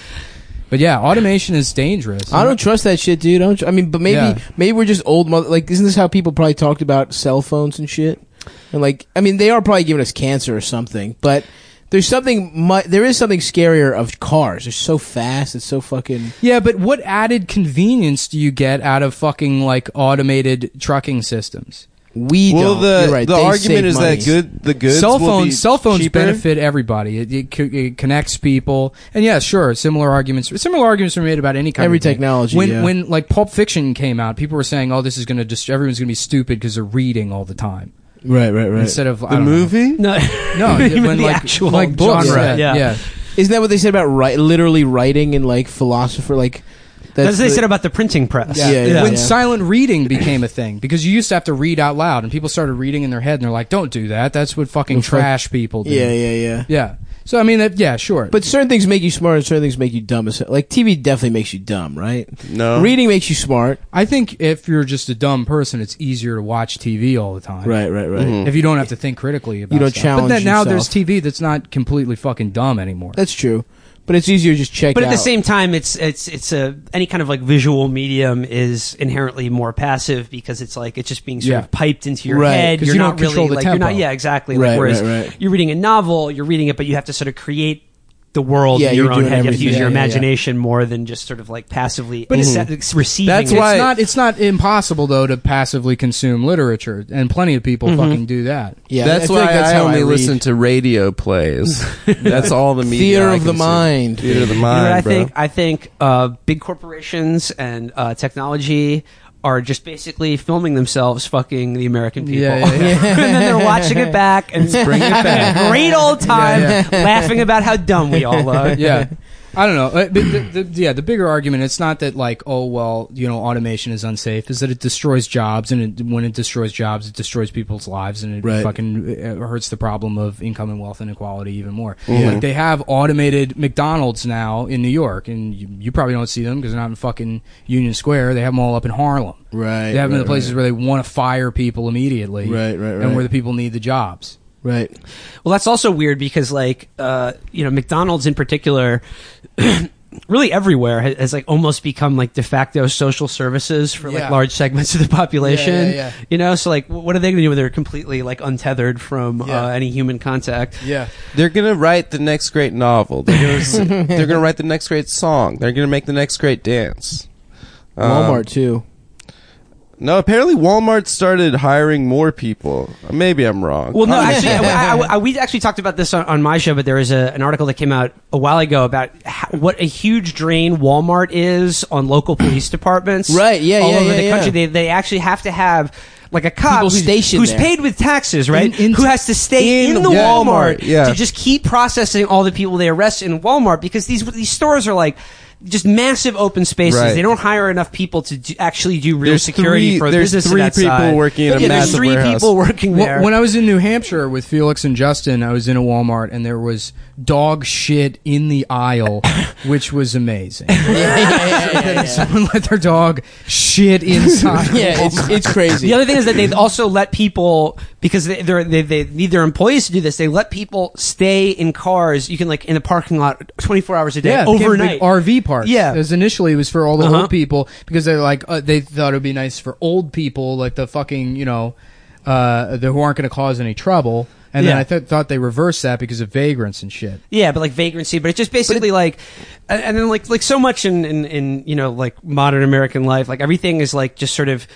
A: But yeah, automation is dangerous.
D: I don't trust that shit, dude. I, don't tr- I mean, but maybe
A: Yeah.
D: maybe we're just old mother. Like, isn't this how people probably talked about cell phones and shit? And like, I mean, they are probably giving us cancer or something. But there's something. Mu- there is something scarier of cars. They're so fast. It's so fucking.
A: Yeah, but what added convenience do you get out of fucking like automated trucking systems?
D: We
B: well,
D: don't.
B: the
D: You're right.
B: the
D: They
B: argument
D: save
B: is
D: money.
B: that good. The goods
A: cell
B: will be
A: phones cell phones
B: cheaper.
A: benefit everybody it, it, co- it connects people and yeah sure similar arguments similar arguments are made about any kind
D: Every
A: of thing.
D: technology,
A: when
D: yeah.
A: when like pulp fiction came out people were saying oh this is going to dist- everyone's going to be stupid because they're reading all the time
D: Right, right, right.
A: instead of I
B: The
A: don't know.
B: movie.
C: No,
A: no
C: Even
A: when
C: the
A: like
C: actual
A: like books
D: genre,
A: yeah,
C: yeah.
A: yeah.
D: Isn't that what they said about wri- literally writing and like philosopher like?
C: that's what they
D: the-
C: said about the printing press.
D: Yeah, yeah, yeah.
A: when silent reading became a thing because you used to have to read out loud and people started reading in their head and they're like don't do that that's what fucking
D: fuck-
A: trash people do
D: Yeah, yeah, yeah.
A: yeah so I mean that yeah sure
D: But certain things make you smart, and certain things make you dumb. as- Like TV definitely makes you dumb, right?
B: No.
D: Reading makes you smart.
A: I think if you're just a dumb person, it's easier to watch TV all the time.
D: right, right.
A: If you don't have to think critically about
D: Mm-hmm. You don't
A: stuff.
D: challenge
A: But then now
D: yourself. Uh,
A: there's TV that's not completely fucking dumb anymore.
D: That's true. But it's easier to just check.
C: But at the
D: out.
C: same time, it's it's it's a any kind of like visual medium is inherently more passive because it's like it's just being sort
A: Yeah.
C: of piped into your
D: Right,
C: head.
A: 'cause
C: You're
A: you don't
C: not
A: control
C: really
A: the
C: like you're not
A: tempo.
C: yeah exactly.
D: Right,
C: like, whereas
D: right, right.
C: you're reading a novel, you're reading it, but you have to sort of create the world
D: Yeah,
C: in your
D: you're
C: own
D: doing
C: head. You have to
D: everything.
C: use your
D: Yeah, yeah, yeah.
C: imagination more than just sort of like passively accept- receiving.
B: That's
C: it.
B: why-
A: it's not it's not impossible though to passively consume literature, and plenty of people
D: Mm-hmm.
A: fucking do that.
D: yeah, I
B: that's
D: feel
B: why
D: like
B: I
D: how
B: only
D: read.
B: listen to radio plays. that's all the media.
D: Theater
B: I
D: of the
B: consume.
D: mind.
B: Theater of the
C: You
B: mind.
C: know what I
B: bro.
C: think? I think uh, big corporations and uh, technology are just basically filming themselves fucking the American people.
A: Yeah, yeah, yeah.
C: and then they're watching it back and bringing it back. Great old time
A: Yeah,
C: laughing about how dumb we all are.
A: yeah. I don't know. Uh, But the, the, yeah, the bigger argument it's not that like oh well you know automation is unsafe is that it destroys jobs and it, when it destroys jobs it destroys people's lives and it
D: Right.
A: fucking uh, hurts the problem of income and wealth inequality even more. Like they have automated McDonald's now in New York and you, you probably don't see them because they're not in fucking Union Square. They have them all up in Harlem.
D: Right,
A: They have them in
D: right,
A: the places where they want to fire people immediately.
D: Right, right, right.
A: And where the people need the jobs.
D: Right.
C: Well, that's also weird because, like, uh, you know, McDonald's in particular, really everywhere has, has like almost become like de facto social services for like
A: Yeah.
C: large segments of the population.
A: Yeah, yeah, yeah.
C: You know, so like, wh- what are they going to do when they're completely like untethered from
A: Yeah.
C: uh, any human contact?
A: Yeah.
B: They're gonna write the next great novel. They're gonna, s- they're gonna write the next great song. They're gonna make the next great dance. Um,
D: Walmart too.
B: No, apparently Walmart started hiring more people. Maybe I'm wrong.
C: Well, no, actually, I, I- I- we actually talked about this on, on my show, but there was a, an article that came out a while ago about how, what a huge drain Walmart is on local police departments.
D: Right, yeah,
C: all
D: yeah,
C: over
D: yeah,
C: the
D: yeah.
C: country, they, they actually have to have like a cop
D: People
C: who's,
D: stationed
C: who's
D: there.
C: paid with taxes, right?
A: In- in-
C: Who has to stay in,
B: in
C: the Walmart,
B: Walmart, yeah.
C: to just keep processing all the people they arrest in Walmart because these these stores are like. just massive open spaces.
B: Right.
C: They don't hire enough people to do, actually do real
B: There's
C: security
B: three-
C: for
B: there's
C: business.
B: three
C: of that
B: people
C: size.
B: working in a
C: yeah,
B: massive
C: There's three
B: warehouse.
C: people working
A: Wh-
C: there.
A: When I was in New Hampshire with Felix and Justin, I was in a Walmart and there was dog shit in the aisle, which was amazing. Someone let their dog shit inside.
D: Yeah, it's, it's crazy.
C: The other thing is that they also let people because they they're, they they need their employees to do this. They let people stay in cars. You can like in a parking lot twenty four hours a day
A: Yeah, it became
C: overnight.
A: big RV parks.
C: Yeah.
A: because initially it was for all the
C: Uh-huh.
A: old people because they're like uh, they thought it'd be nice for old people, like the fucking you know, uh, the, who aren't going to cause any trouble. And then
C: Yeah.
A: I th- thought they reversed that because of vagrants and shit.
C: yeah, but like vagrancy. But it's just basically like, and and then like like so much in, in in you know like modern American life, like everything is like just sort of,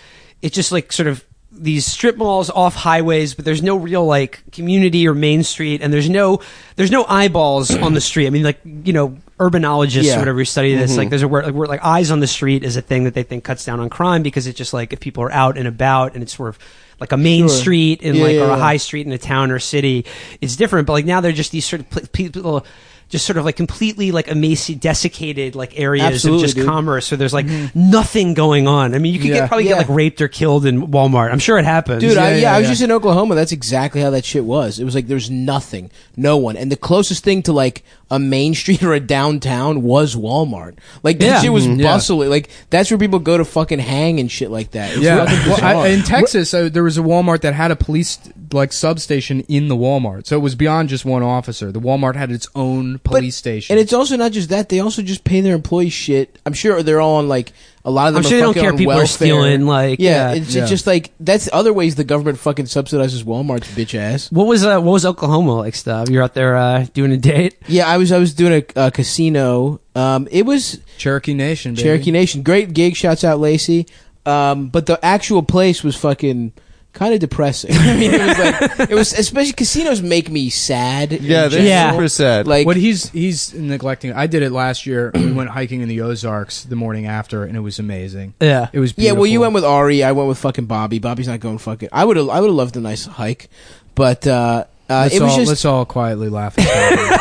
C: it's just like sort of these strip malls off highways, but there's no real like community or main street, and there's no there's no eyeballs on the street. I mean, like you know urbanologists
D: Yeah. Mm-hmm.
C: or whatever who study this, like there's a word like, word like eyes on the street is a thing that they think cuts down on crime because it's just like if people are out and about and it's sort of like a main street and
D: Yeah,
C: like
D: yeah,
C: or a
D: yeah.
C: high street in a town or city it's different but like now they're just these sort of pl- people just sort of like completely like emaciated desiccated like areas
D: Absolutely,
C: of just
D: dude. Mm-hmm.
C: commerce so there's like nothing going on i mean you could
D: Yeah.
C: get, probably
D: Yeah.
C: get like raped or killed in walmart i'm sure it happens
D: Dude, I,
A: Yeah,
D: yeah,
A: yeah,
D: I was
A: yeah.
D: just in Oklahoma. That's exactly how that shit was. It was like there's nothing, no one, and the closest thing to like a main street or a downtown was Walmart. Like that
C: Yeah.
D: shit was
A: Mhm. Yeah.
D: bustling. Like that's where people go to fucking hang and shit like that. It was
A: Yeah,
D: fucking
A: well, I,
D: bizarre.
A: in Texas, uh, there was a Walmart that had a police like substation in the Walmart, so it was beyond just one officer. The Walmart had its own police station.
D: And it's also not just that; they also just pay their employees shit. I'm sure they're all on like a lot of them.
C: I'm
D: are
C: sure they don't
D: fucking
C: care
D: on
C: if people are
D: welfare.
C: stealing, like, yeah.
D: yeah, It's,
A: Yeah.
D: it's just like that's other ways the government fucking subsidizes Walmart's bitch ass.
C: what was uh, what was oklahoma like stuff you're out there uh, doing a date
D: Yeah, I was I was doing a, a casino. Um, it was
A: Cherokee Nation, baby.
D: Cherokee Nation, great gig. Shouts out Lacey. Um, but the actual place was fucking kind of depressing. I mean, it was like it was especially casinos make me sad. in
B: Yeah, they're
C: Yeah.
B: super sad.
D: Like
A: what he's he's neglecting. I did it last year. we went hiking in the Ozarks the morning after, and it was amazing.
C: yeah
A: It was
D: yeah,
A: beautiful.
D: well, you went with Ari. I went with fucking Bobby. Bobby's not going fucking. I would I would have loved a nice hike, but uh, uh,
A: Let's
D: it was
A: all,
D: just
A: let's all quietly laugh. At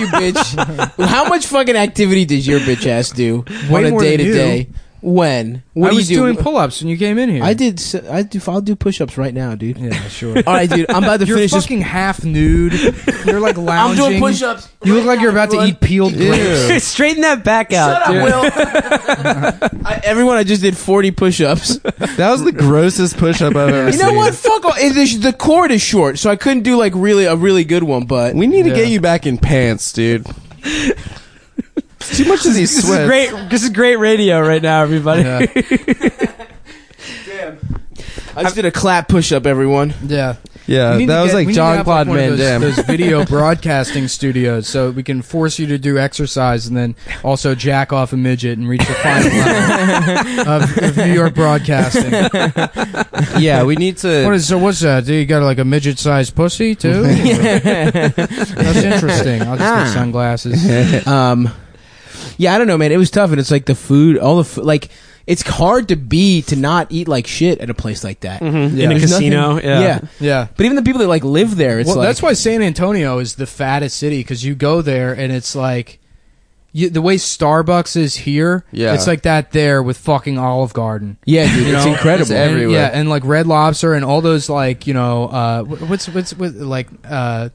D: you, bitch. How much fucking activity did your bitch ass do
A: Way
D: on a
A: more
D: day
A: than
D: to
A: you.
D: day? When
A: I
D: what do
A: was
D: you do?
A: doing pull-ups when you came in here.
D: I did. s- I do. I'll do push-ups right now, dude.
A: Yeah, sure.
D: All right, dude. I'm about to
A: You're
D: finish this
A: fucking half nude. You're like
D: I'm
A: lounging.
D: doing push-ups.
A: You look like you're about to eat peeled grapes.
B: Ew.
C: straighten that back out
D: Shut up,
C: dude.
D: Will. I, everyone, I just did 40 push-ups.
B: that was the grossest push up I've ever
D: You
B: seen.
D: know what? Fuck all. It, the, the cord is short, so I couldn't do like really a really good one. But
B: We need to
A: Yeah.
B: get you back in pants, dude. It's Too much of these
C: this is
B: sweats.
C: great this is great radio right now everybody
A: Yeah.
D: I just did a clap push-up. Everyone.
A: yeah. We
B: Yeah, Uh,
A: need to
B: that was
A: get- we
B: like
A: need to
B: John
A: have,
B: Claude
A: one of
B: Van Damme.
A: Those, those video broadcasting studios, so we can force you to do exercise and then also jack off a midget and reach the final level of, of New York broadcasting.
B: yeah, we need to.
A: What is, so what's that? Do you got like a midget-sized pussy too? That's interesting. I'll just
D: Ah.
A: get sunglasses.
D: um, yeah, I don't know, man. It was tough, and it's like the food, all the food, like it's hard to be to not eat like shit at a place like that.
C: in a
D: There's nothing-
C: casino yeah.
A: Yeah.
D: But even the people that like live there, it's
A: well,
D: like
A: that's why San Antonio is the fattest city because you go there and it's like you, the way Starbucks is here.
B: Yeah.
A: it's like that there with fucking Olive Garden.
D: yeah, dude,
A: You
D: it's
A: know?
D: incredible.
B: It's every-
A: And,
B: everywhere.
A: yeah, and like Red Lobster and all those like you know uh, wh- what's what's what, like uh,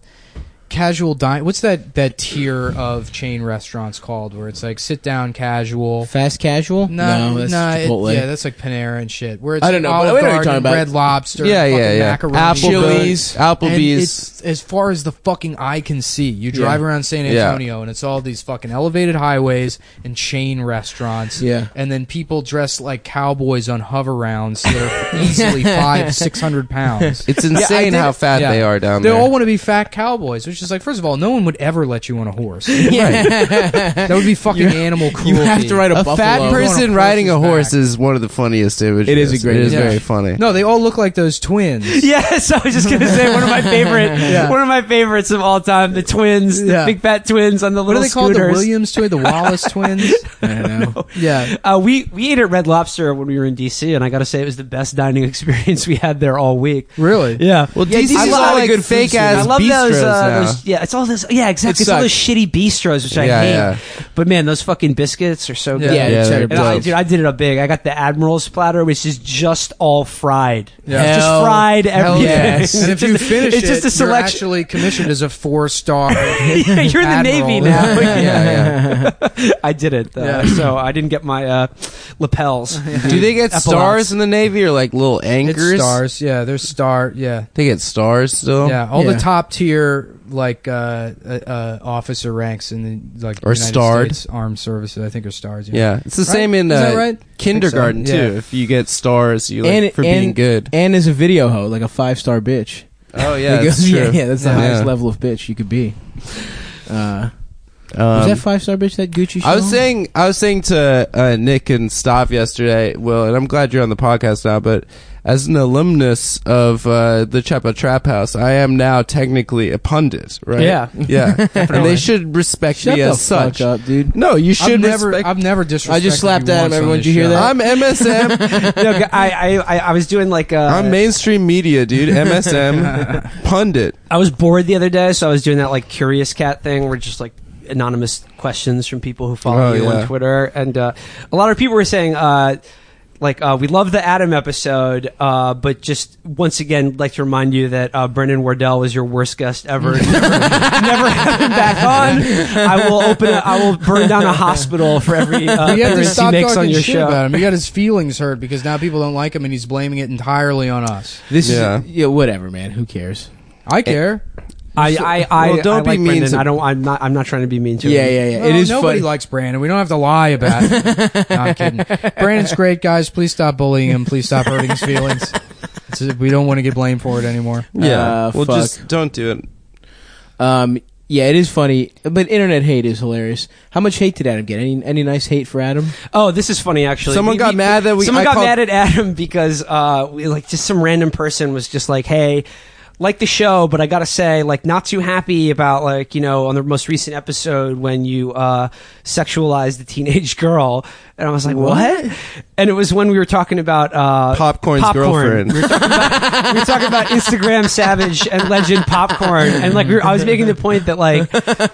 A: casual dine. What's that that tier of chain restaurants called where it's like sit down casual.
D: Fast casual?
A: No,
D: that's
A: no, it-
D: Chipotle.
A: yeah, that's like Panera and shit. Where it's
D: I don't know, but
A: Olive
D: I know what you're
A: Garden,
D: talking about.
A: Red Lobster,
B: yeah,
A: fucking
B: yeah, yeah.
A: macaroni,
B: Applebee's,
A: and
B: Applebee's.
A: it's as far as the fucking eye can see. You drive around San
B: Yeah.
A: Antonio, and it's all these fucking elevated highways and chain restaurants.
D: Yeah.
A: and then people dressed like cowboys on hover rounds that are easily five, six hundred pounds.
B: It's insane
A: did-
B: how fat
A: yeah.
B: they are down
A: They
B: there.
A: all want to be fat cowboys, which is like, first of all, no one would ever let you on a horse. That would be fucking animal cruelty.
D: you have to ride a,
B: a
D: buffalo.
B: fat
A: On
B: person
A: a
B: riding a
A: horse's
B: horse
A: back.
B: is one of the funniest images.
D: It is a great
B: It is
A: image.
B: very
A: Yeah.
B: funny.
A: No, they all look like those twins.
C: Yes, I was just gonna say one of my favorite,
A: Yeah.
C: one of my favorites of all time. The twins, the
A: Yeah.
C: big fat twins on the
A: What
C: little
A: are they called?
C: scooters.
A: The Williams twins, the Wallace twins.
D: I don't know.
A: Yeah,
C: uh, we we ate at Red Lobster when we were in DC, and I gotta say it was the best dining experience we had there all week.
A: really.
C: Yeah,
B: well,
D: Yeah,
B: DC
D: I love,
B: is
D: like,
B: all like good
D: food
B: fake
D: scene.
B: ass
C: I love
B: bistros
C: those, uh,
B: now.
C: those. Yeah, it's all this. Yeah,
D: It
C: exactly. it's all those
D: sucks.
C: shitty bistros which I
B: Yeah,
C: hate.
B: yeah.
C: But man, those fucking biscuits are so good.
D: Yeah,
B: Yeah,
D: cheddar
B: they're
C: And I,
B: dope.
D: biscuits.
C: dude, I did it up big. I got the Admiral's platter, which is just all fried.
A: Yeah.
C: It's
D: Hell-
C: just fried
A: Hell
C: everything.
D: yes.
A: And if
C: It's
A: you
C: just-
A: finish
C: it's just
A: it,
C: a
A: you're
C: selection.
A: actually commissioned as a four star.
C: You're in the Navy now.
A: yeah, yeah.
C: I did it, though,
A: Yeah.
C: so I didn't get my uh, lapels.
B: Do they get
C: Epaulets.
B: stars in the Navy or like little
A: It's
B: anchors?
A: stars. Yeah, they're star. Yeah,
B: They get stars still.
A: yeah. All
D: Oh, Yeah.
A: the top tier like uh, uh, uh, officer ranks in the like
B: Or
A: United
B: starred.
A: States Armed Services. I think are stars.
B: Yeah, it's the
A: Right?
B: same in
A: Is
B: uh,
A: that right?
B: kindergarten
A: so. Yeah.
B: too. If you get stars, you like,
D: And-
B: for being
D: and-
B: good.
D: And as a video hoe, like a five star bitch.
B: Oh yeah,
D: It
B: that's
D: goes-
B: true.
D: yeah, yeah, that's the
B: Yeah.
D: highest
B: Yeah.
D: level of bitch you could be. Uh, was
B: Um,
D: that five star bitch that Gucci?
B: I
D: shit
B: was
D: on?
B: saying, I was saying to uh, Nick and Stav yesterday. Well, and I'm glad you're on the podcast now. But as an alumnus of uh, the Chepa Trap House, I am now technically a pundit, right?
C: Yeah.
B: yeah. and they should respect
D: shut
B: me
D: the
B: as
D: fuck
B: such.
D: up, dude.
B: No, you should
A: I've never.
B: respect.
A: I've never disrespected.
D: I just slapped
A: you
D: at him,
A: once on
D: everyone.
A: this
D: Did you hear
A: show.
D: that?
B: I'm MSM.
C: no, I, I, I, I was doing like uh,
B: I'm mainstream media, dude. MSM pundit.
C: I was bored the other day, so I was doing that like curious cat thing where just like anonymous questions from people who follow
B: Oh,
C: you
B: yeah.
C: on Twitter. And uh, a lot of people were saying, uh, like, uh, we love the Adam episode, uh, but just once again, like to remind you that uh, Brendan Wardell was your worst guest ever. never, never have him back on. I will open, a, I will burn down a hospital for
A: We
C: every uh,
A: have to
C: appearance he
A: stop
C: makes
A: talking
C: on your
A: shit
C: show.
A: about him. He got his feelings hurt because now people don't like him, and he's blaming it entirely on us.
D: This
B: Yeah.
D: is yeah, whatever, man. Who cares?
A: I care.
C: I, I, I,
B: Well, don't
C: I
B: be
C: like
B: mean
C: Brendan.
B: to-
C: I don't. I'm not. I'm not trying to be mean to
D: Yeah,
C: him.
D: yeah, yeah.
A: Well,
D: it
B: Oh,
D: is
A: nobody
D: funny.
A: likes Brandon. We don't have to lie about it. no, I'm kidding. Brandon's great, guys. Please stop bullying him. Please stop hurting his feelings. It's- we don't want to get blamed for it anymore.
B: Yeah.
D: Uh,
B: well,
D: fuck.
B: just don't do it.
D: um, yeah, it is funny, but internet hate is hilarious. How much hate did Adam get? Any any nice hate for Adam?
C: Oh, this is funny actually.
B: Someone got mad that we-
C: Someone
B: I
C: got
B: called-
C: mad at Adam because uh, we, like just some random person was just like, "Hey, like the show, but I gotta say, like, not too happy about like you know on the most recent episode when you uh, sexualized the teenage girl." And I was like, "What?" And it was when we were talking about uh,
B: Popcorn's girlfriend.
C: We were talking about, we were talking about Instagram Savage and Legend Popcorn, and like we were, I was making the point that like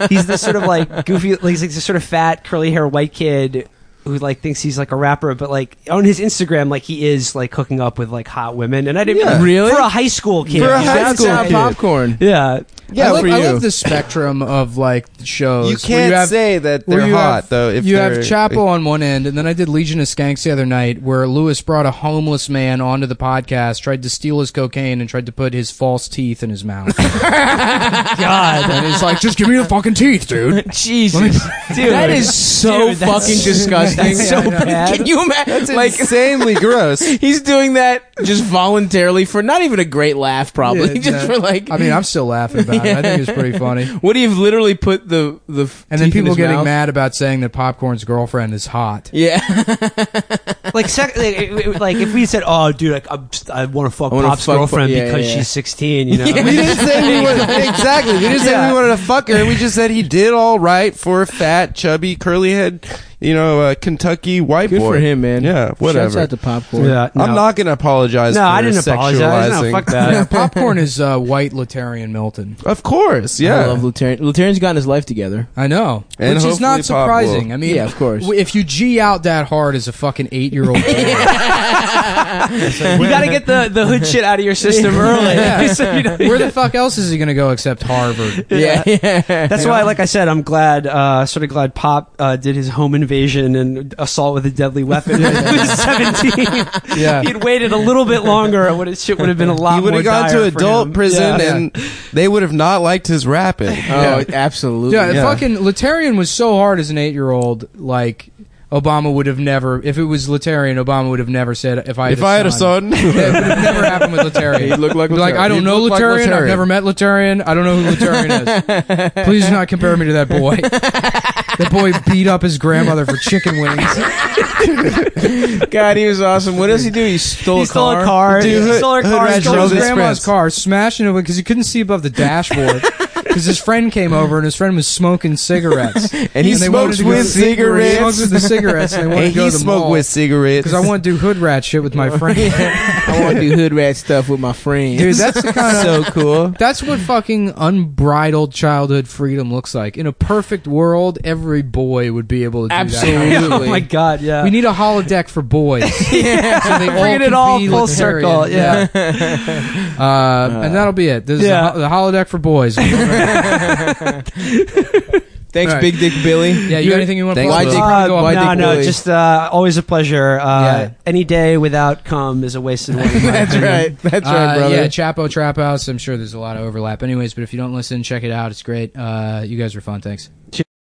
C: he's this sort of like goofy, like he's like this sort of fat, curly hair white kid who like thinks he's like a rapper, but like on his Instagram, like he is like hooking up with like hot women, and I didn't
B: Yeah.
D: Really?
C: for a high school kid.
B: For a
C: Yeah.
B: high
D: Shouts
B: school
D: out
B: kid.
D: popcorn.
C: yeah.
A: I
B: Yeah,
A: love,
B: for
A: I
B: you.
A: love the spectrum of like shows.
B: you
A: where
B: can't
A: have-
B: say that
A: where
B: they're
A: you
B: hot
A: have,
B: though. If
A: you have
B: they're-
A: Chapo on one end, and then I did Legion of Skanks the other night, where Lewis brought a homeless man onto the podcast, tried to steal his cocaine, and tried to put his false teeth in his mouth. God, and he's like, "Just give me the fucking teeth, dude."
D: Jesus,
C: Dude.
D: that is so
C: Dude, that's-
D: fucking disgusting.
C: that's so bad.
D: Can you imagine?
B: It's
D: Like
B: insanely gross.
D: he's doing that just voluntarily for not even a great laugh, probably
A: Yeah,
D: just
A: no.
D: for like.
A: uh, I mean, I'm still laughing about it. I think it's pretty funny.
D: What do you literally put the the f-
A: And then
D: teeth in
A: people
D: his
A: getting
D: mouth?
A: mad about saying that Popcorn's girlfriend is hot.
D: Yeah,
C: like, sec- like, it- it- like if we said, "Oh, dude, like, I'm just, I want to fuck
D: I wanna
C: Pop's
D: fuck-
C: girlfriend
D: yeah,
C: because
D: yeah, yeah.
C: she's 16," you know,
B: We didn't say we wanted, exactly. We didn't say we wanted to fuck her. We just said he did all right for a fat, chubby, curly head, you know, uh, Kentucky white
D: good
B: boy.
D: for him, man.
B: Yeah,
D: Shouts
B: whatever.
D: out to popcorn.
C: yeah,
B: I'm
C: no.
B: not gonna apologize.
C: No,
B: for
C: I didn't apologize. No,
B: sexualizing-
C: fuck
A: Yeah,
C: that.
A: popcorn is uh, white Letarian Milton.
B: Of course, yeah.
D: I love Luteran. Luteran's gotten his life together.
A: I know,
B: And
A: which is
B: hopefully
A: not
B: Pop will.
A: surprising. I mean,
D: Yeah, of course.
A: w- If you g out that hard as a fucking eight year old, we're
C: you got to get the, the hood shit out of your system early.
A: Yeah.
C: So you don't-
A: the fuck else is he going to go except Harvard?
D: Yeah, yeah.
C: That's why, like I said, I'm glad, uh, sort of glad Pop uh, did his home invasion and assault with a deadly weapon when he was 17.
A: Yeah.
C: He'd waited a little bit longer, and his shit would have been a lot
B: He would
C: more
B: have gone to
C: dire for
B: adult
C: him.
B: prison,
A: Yeah.
B: and they would have not liked his rapping.
D: Oh, absolutely.
A: Yeah,
B: Yeah.
A: fucking Letarian was so hard as an eight year old. Like Obama would have never, if it was Letarian, Obama would have never said, "If I had
B: if I had a son,
A: That would have never happened with Letarian.
B: He'd look like
A: Be like
B: Letarian.
A: I don't
B: He'd
A: know
B: look like
A: Letarian. I've
B: Letarian.
A: never met Letarian. I don't know who Letarian is. Please do not compare me to that boy. that boy beat up his grandmother for chicken wings.
D: God, he was awesome. What does he do? He stole,
C: He stole a car.
B: Dude,
C: he
B: Hood-
C: stole a
B: Hood
C: car.
B: Rat
C: stole
A: Stole
B: drove
A: his
B: his
A: grandma's
B: friends.
A: car, smashing it because he couldn't see above the dashboard. because his friend came over and his friend was smoking cigarettes.
B: And he
A: they wanted
B: smokes
A: to go-
B: with
A: He smokes
B: cigarettes.
A: with the cigarettes. And they wanted
B: And
A: to go
B: he
A: to the
B: smoked
A: mall.
B: with cigarettes.
A: because I want to do hood rat shit with my friend.
D: I want to do hood rat stuff with my friends.
A: Dude, that's the kind of
B: so cool.
A: That's what fucking unbridled childhood freedom looks like. In a perfect world, every boy would be able to do that.
D: absolutely.
C: Oh my god, yeah.
A: We need a holodeck for boys. yeah. So they
C: Bringing it
A: can
C: all
A: be
C: full
A: libertarian.
C: circle, yeah.
A: Uh, and that'll be it. This
C: Yeah.
A: is the, ho- the holodeck for boys. yeah,
D: Thanks,
A: Right.
D: Big Dick Billy.
A: you got anything you want to
B: Thanks,
A: plug?
B: Will.
A: Dick,
C: Uh,
A: go up-
C: no,
D: Dick
C: no,
D: Willie.
C: just uh, always a pleasure. Uh,
A: Yeah.
C: Any day without cum is a wasted one. in my
D: That's
C: opinion.
D: right. That's right,
A: uh,
D: brother.
A: yeah, Chapo Trap House. I'm sure there's a lot of overlap, anyways. But if you don't listen, check it out. It's great. Uh, you guys are fun. Thanks.
C: Cheers.